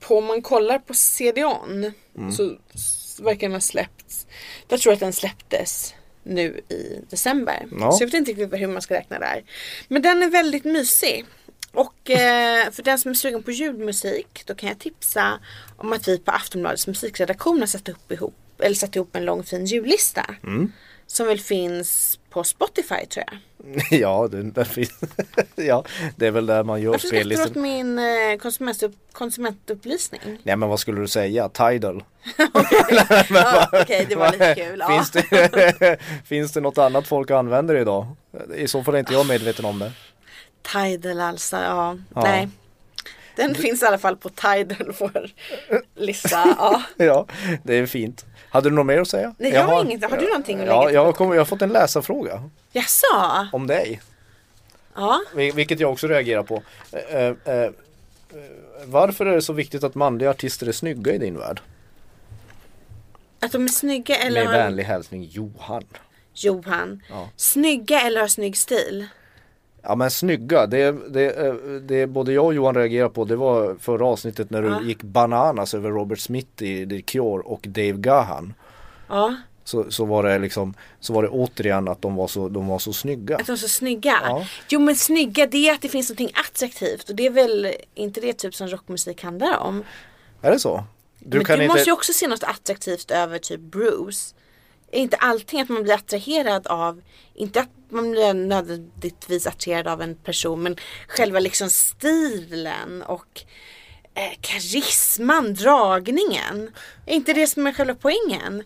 B: på, om man kollar på CD-on
C: Mm.
B: så s- verkar den ha släppts. Jag tror att den släpptes nu i december.
C: Ja.
B: Så jag vet inte riktigt hur man ska räkna där. Men den är väldigt mysig. Och eh, för den som är sugen på ljudmusik då kan jag tipsa om att vi på Aftonbladets musikredaktion har satt, upp ihop, eller satt ihop en lång fin jullista.
C: Mm.
B: Som väl finns på Spotify tror jag.
C: ja, den, den finns. (laughs) ja, det är väl där man gör
B: Varför skrattar du åt
C: spellistan.
B: min eh, konsumentupp,
C: (laughs)
B: konsumentupplysning?
C: Nej men vad skulle du säga? Tidal?
B: Ja, Okej, det var lite
C: (laughs)
B: kul. Ja.
C: Finns, det, (laughs) finns det något annat folk använder idag? I så fall är inte jag medveten om det. (laughs)
B: Tidal alltså, ja. Nej. Den finns i alla fall på Tidal, vår
C: (laughs)
B: lista. Ja.
C: Ja, det är fint. Hade du något mer att säga?
B: Nej, jag har inget. Har du någonting att lägga
C: Ja,
B: till?
C: jag har, kommit, jag har fått en läsarfråga
B: Jaså?
C: om dig.
B: Ja.
C: Vil- Vilket jag också reagerar på. Eh, eh, eh, varför är det så viktigt att manliga artister är snygga i din värld?
B: Att de är snygga eller
C: Med
B: har en...
C: vänlig hälsning Johan.
B: Johan.
C: Ja.
B: Snygga eller har snygg stil?
C: Ja men snygga, det, det, eh, det både jag och Johan reagerar på det var förra avsnittet när du
B: Ja.
C: gick bananas över Robert Smith i The Cure och Dave Gahan.
B: Ja.
C: Så, så var det liksom, så var det återigen att de var så, de var så snygga.
B: Att de är så snygga.
C: Ja.
B: Jo men snygga det är att det finns någonting attraktivt och det är väl inte det typ som rockmusik handlar om.
C: Är det så? Du
B: men
C: kan
B: du
C: inte...
B: måste ju också se något attraktivt över typ Bruce. Är inte allting att man blir attraherad av, inte att man blir nödvändigtvis attraherad av en person men själva liksom stilen och eh, karisman, dragningen. Är inte det som är själva poängen?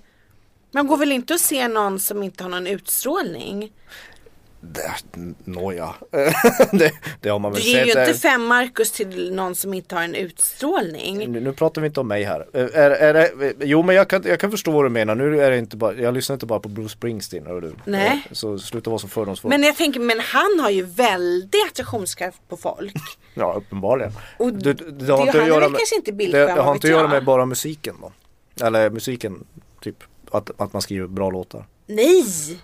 B: Man går väl inte och ser någon som inte har någon utstrålning?
C: Det, nåja. (laughs) det, det har man
B: Du
C: väl
B: ger ju
C: sett.
B: inte fem Marcus till någon som inte har en utstrålning.
C: Nu, nu pratar vi inte om mig här. Eh, Är, är det, jo men jag kan, jag kan förstå vad du menar. Nu är det inte bara, jag lyssnar inte bara på Bruce Springsteen. Hör du.
B: Nej.
C: Eh, Så sluta vara så fördomsfull.
B: Men jag tänker, men han har ju väldig attraktionskraft på folk.
C: (laughs) Ja uppenbarligen.
B: Och
C: Du- du- det har
B: det-
C: inte att
B: han är
C: göra
B: väl
C: med-
B: kanske inte bildskön,
C: Det, det har
B: vad
C: inte att
B: vet
C: göra
B: jag.
C: med bara musiken då. Eller musiken, typ. Att, att man skriver bra låtar.
B: Nej!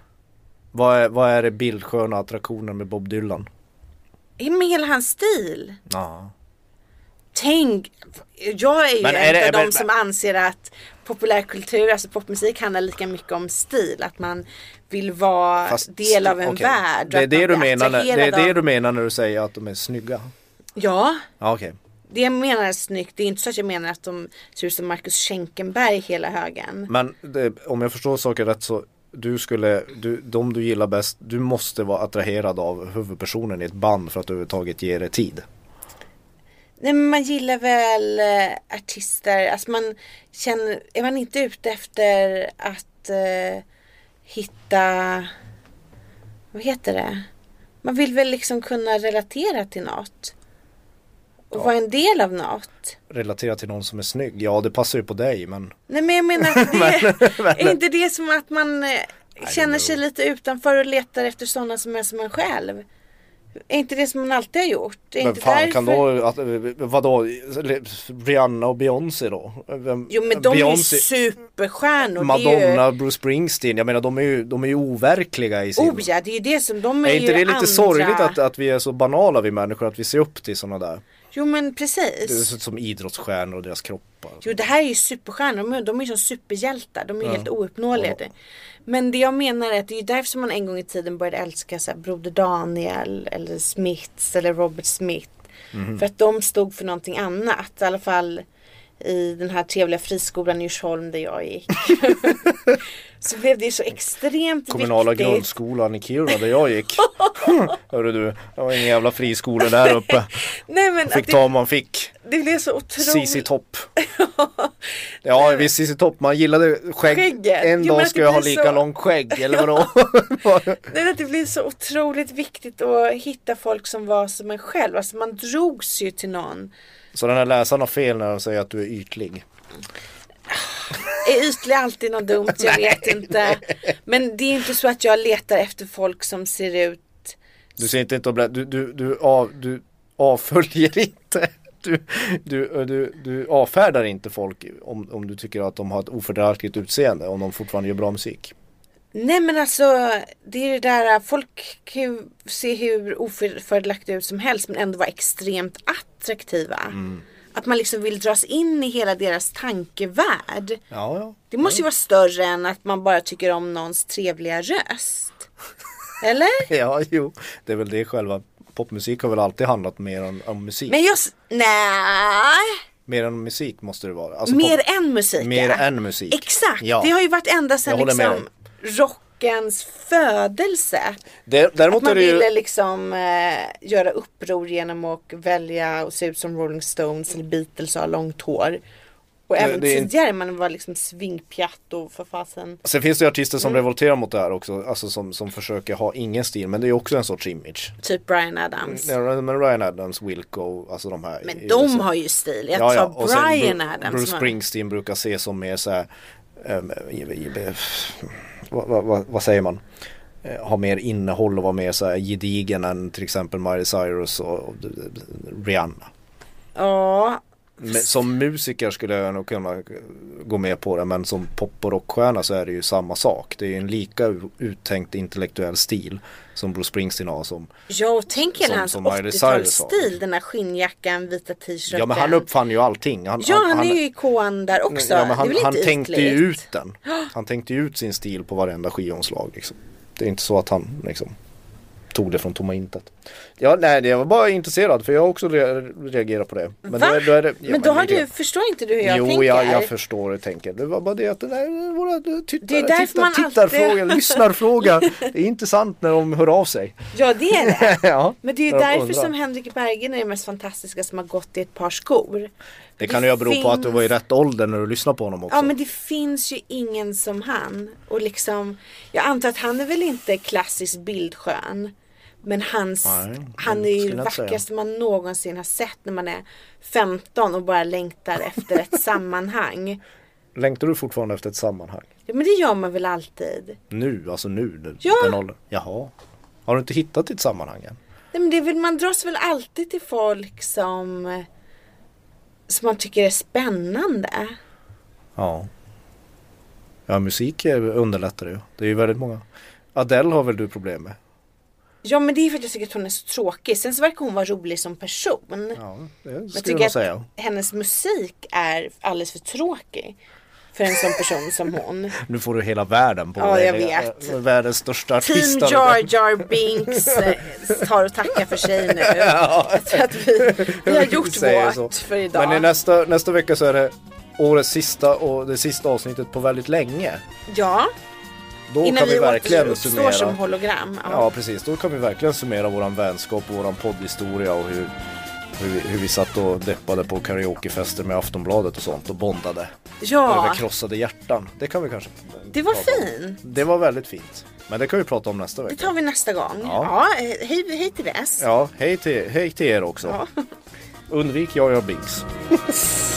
C: Vad är, vad är det bildsköna attraktionen med Bob Dylan?
B: I Med hela hans stil.
C: Ja.
B: Tänk, jag är ju
C: Men
B: en
C: är det-
B: av de
C: men-
B: som anser att populärkultur, alltså popmusik handlar lika mycket om stil. Att man vill vara
C: Fast-
B: del av en
C: okej.
B: värld. och
C: Det är
B: att man
C: det, du
B: blir
C: menar, när- det är
B: attraherad
C: det
B: av-
C: du menar när du säger att de är snygga.
B: Ja,
C: Ja okej.
B: det jag menar är snyggt. Det är inte så att jag menar att de ser ut som Marcus Schenkenberg hela högen.
C: Men det, om jag förstår saker rätt så du skulle, du, de du gillar bäst, du måste vara attraherad av huvudpersonen i ett band för att överhuvudtaget ge det tid.
B: Nej men man gillar väl eh, artister, alltså man känner, är man inte ute efter att eh, hitta, vad heter det? Man vill väl liksom kunna relatera till något. Och vara en del av något.
C: Relatera till någon som är snygg, ja det passar ju på dig men
B: Nej men jag menar
C: (laughs)
B: att det, är inte det som att man eh, känner sig lite utanför och letar efter sådana som är som en själv? Är inte det som man alltid har gjort? Är
C: Vem
B: inte
C: fan kan
B: därför-
C: då, att, vadå, Rihanna och Beyoncé då? Vem,
B: Jo men de
C: Beyoncé,
B: är ju superstjärnor. Det är ju...
C: Madonna, Bruce Springsteen, jag menar de är ju, de är ju overkliga i sin...
B: Oh ja, det är ju det som de är,
C: Typ. är inte
B: ju
C: det lite
B: andra...
C: sorgligt att, att vi är så banala vi människor, att vi ser upp till sådana där?
B: Jo men
C: Det är
B: precis.
C: så- som idrottsstjärnor och deras kroppar.
B: Jo det här är ju superstjärnor, de är, de är ju som superhjältar, de är ju helt ouppnåeliga. Men det jag menar är att det är ju därför som man en gång i tiden började älska så här, Broder Daniel eller Smiths eller Robert Smith.
C: Mhm.
B: För att de stod för någonting annat, i alla fall i den här trevliga friskolan i Djursholm där jag
C: (laughs)
B: gick. så blev det ju så extremt
C: kommunala
B: viktigt.
C: grundskolan i Kiruna där jag gick. (laughs) Hörru du, det var ingen jävla friskola där
B: (laughs)
C: uppe.
B: Nej men att
C: Fick
B: det,
C: ta om man fick.
B: det blev så otroligt
C: CC
B: (laughs)
C: Topp. Ja visst CC Topp, man gillade skägg.
B: Skägget.
C: En
B: Jo, men
C: dag
B: att
C: ska
B: det
C: jag ha
B: blir
C: lika
B: så-
C: långt skägg eller
B: (laughs)
C: vadå?
B: Nej, men att det blev så otroligt viktigt att hitta folk som var som en själv. Alltså man drogs ju till någon.
C: (laughs) Så den här läsaren har fel när de säger att du är ytlig.
B: Är ytlig alltid något dumt? Jag vet inte. Men det är inte så att jag letar efter folk som ser ut
C: Du ser inte (laughs) inte att blä... du, du, du, av, du avföljer inte. du, du, du, du avfärdar inte folk om, om du tycker att de har ett ofördelaktigt utseende om de fortfarande gör bra musik.
B: Nej men alltså det är det där folk kan ju se hur ofördelaktiga ut som helst men ändå vara extremt attraktiva. Att man liksom vill dras in i hela deras tankevärld.
C: Ja, ja.
B: Det måste ju vara större än att man bara tycker om någons trevliga röst. Eller?
C: (laughs) Ja, jo. Det är väl det själva. Popmusik har väl alltid handlat mer om, om musik.
B: Men jag, s- nej,
C: Mer än musik måste det vara. Alltså,
B: mer
C: pop-
B: än musik.
C: Mer
B: ja.
C: än musik.
B: Exakt,
C: Ja.
B: det har ju varit ända
C: Jag
B: sedan
C: håller med
B: liksom rockens födelse.
C: Dä-
B: Att
C: Däremot är
B: man
C: det ju...
B: ville liksom eh, göra uppror genom att välja och se ut som Rolling Stones eller Beatles och ha långt hår. Och även
C: det är inte-
B: tidigare man var liksom svingpjatt och för fasen.
C: Sen finns det ju artister
B: Mm.
C: som revolterar mot det här också, alltså som, som försöker ha ingen stil, men det är ju också en sorts image.
B: Typ Bryan Adams.
C: Ja, Men Ryan Adams, Wilco, alltså de här.
B: Men
C: i
B: de
C: USA.
B: har ju stil. Jag
C: Ja, ja,
B: tar
C: och sen
B: Bryan
C: Bru-
B: Adams.
C: Bruce
B: som-
C: Springsteen brukar ses som mer så här, ehm, i- i- i- vad, vad- vad, vad säger man? Eh, Ha mer innehåll och vara mer så här gedigen än till exempel Miley Cyrus och, och Rihanna.
B: Ja,
C: Men som musiker skulle jag nog kunna gå med på det men som pop och rockstjärna så är det ju samma sak. Det är ju en lika u- uttänkt intellektuell stil som Bruce Springsteen har som
B: Ja och tänk hela
C: Som-
B: hans
C: som Miley Cyrus har.
B: 80-talsstil, den där skinnjackan, vita t-shirten.
C: Ja men han uppfann ju allting. Han,
B: Ja han är ju ikon där också.
C: Ja, men han,
B: det är väl
C: han
B: inte
C: tänkte ju
B: ytligt?
C: ut den. Han tänkte ju ut sin stil på varenda skivomslag. Liksom. Det är inte så att han liksom, tog det från tomma intet. Ja, nej, jag var bara intresserad för jag har också re- reagerat på det. Men
B: Va?
C: är- är det- ja,
B: men då
C: det
B: har
C: är det.
B: du, förstår inte du hur jag
C: jo,
B: tänker?
C: jag, jag förstår och tänker. Det var bara det att det där är våra tittare,
B: Det är därför
C: tittar,
B: man alltid-
C: tittarfråga, lyssnarfråga. Det är intressant när de hör av sig.
B: (laughs) Ja det är det.
C: (laughs) ja,
B: Men det är ju
C: när de
B: därför
C: undrar.
B: som Henrik Bergen är den mest fantastiska som har gått i ett par skor.
C: Det kan ju bero på att du
B: finns-
C: var i rätt ålder när du lyssnade på honom också.
B: Ja men det finns ju ingen som han. Och liksom, jag antar att han är väl inte klassiskt bildskön. Men hans,
C: Nej,
B: han
C: det
B: är ju
C: skulle jag inte säga.
B: vackraste man någonsin har sett när man är 15 och bara längtar efter
C: (laughs)
B: ett sammanhang.
C: Längtar du fortfarande efter ett sammanhang?
B: Ja men det gör man väl alltid.
C: Nu, alltså nu, den,
B: Ja.
C: den åldern. Jaha. Har du inte hittat ditt sammanhang än?
B: Nej men det är väl, man dras väl alltid till folk som, som man tycker är spännande.
C: Ja. Ja, musik är- underlättar det ju. Det är ju väldigt många. Adele har väl du problem med?
B: Ja men det är för att jag tycker att hon är så tråkig. Sen så verkar hon vara rolig som person.
C: Ja, det
B: jag
C: skulle jag
B: tycker
C: nog
B: att
C: säga.
B: hennes musik är alldeles för tråkig. För en sån person som
C: (laughs)
B: hon.
C: Nu får du hela världen på
B: Ja,
C: dig.
B: jag
C: Det är eh,
B: vet.
C: Världens största
B: Team
C: artist.
B: Jar Jar Binks eh, tar och tackar för sig
C: (laughs)
B: nu. Jag tror att vi, vi har gjort
C: Säger
B: vårt
C: så.
B: för idag.
C: Men i nästa, nästa vecka så är det årets sista och det sista avsnittet på väldigt länge.
B: ja,
C: Då
B: innan
C: kan vi,
B: vi
C: verkligen
B: återuppstår
C: summera.
B: som hologram. Ja.
C: Ja precis, då kan vi verkligen summera våran vänskap och våran poddhistoria och hur, hur, vi, hur vi satt och deppade på karaokefester med Aftonbladet och sånt och bondade
B: Ja,
C: över krossade hjärtan. Det kan vi kanske
B: det var
C: prata om.
B: fint.
C: Det var väldigt fint. Men det kan vi prata om nästa
B: Det
C: vecka.
B: tar vi nästa gång. Ja,
C: Ja.
B: eh, hej, hej till dess.
C: Ja, hej till, hej till er också.
B: Ja.
C: Undvik jag gör Binks.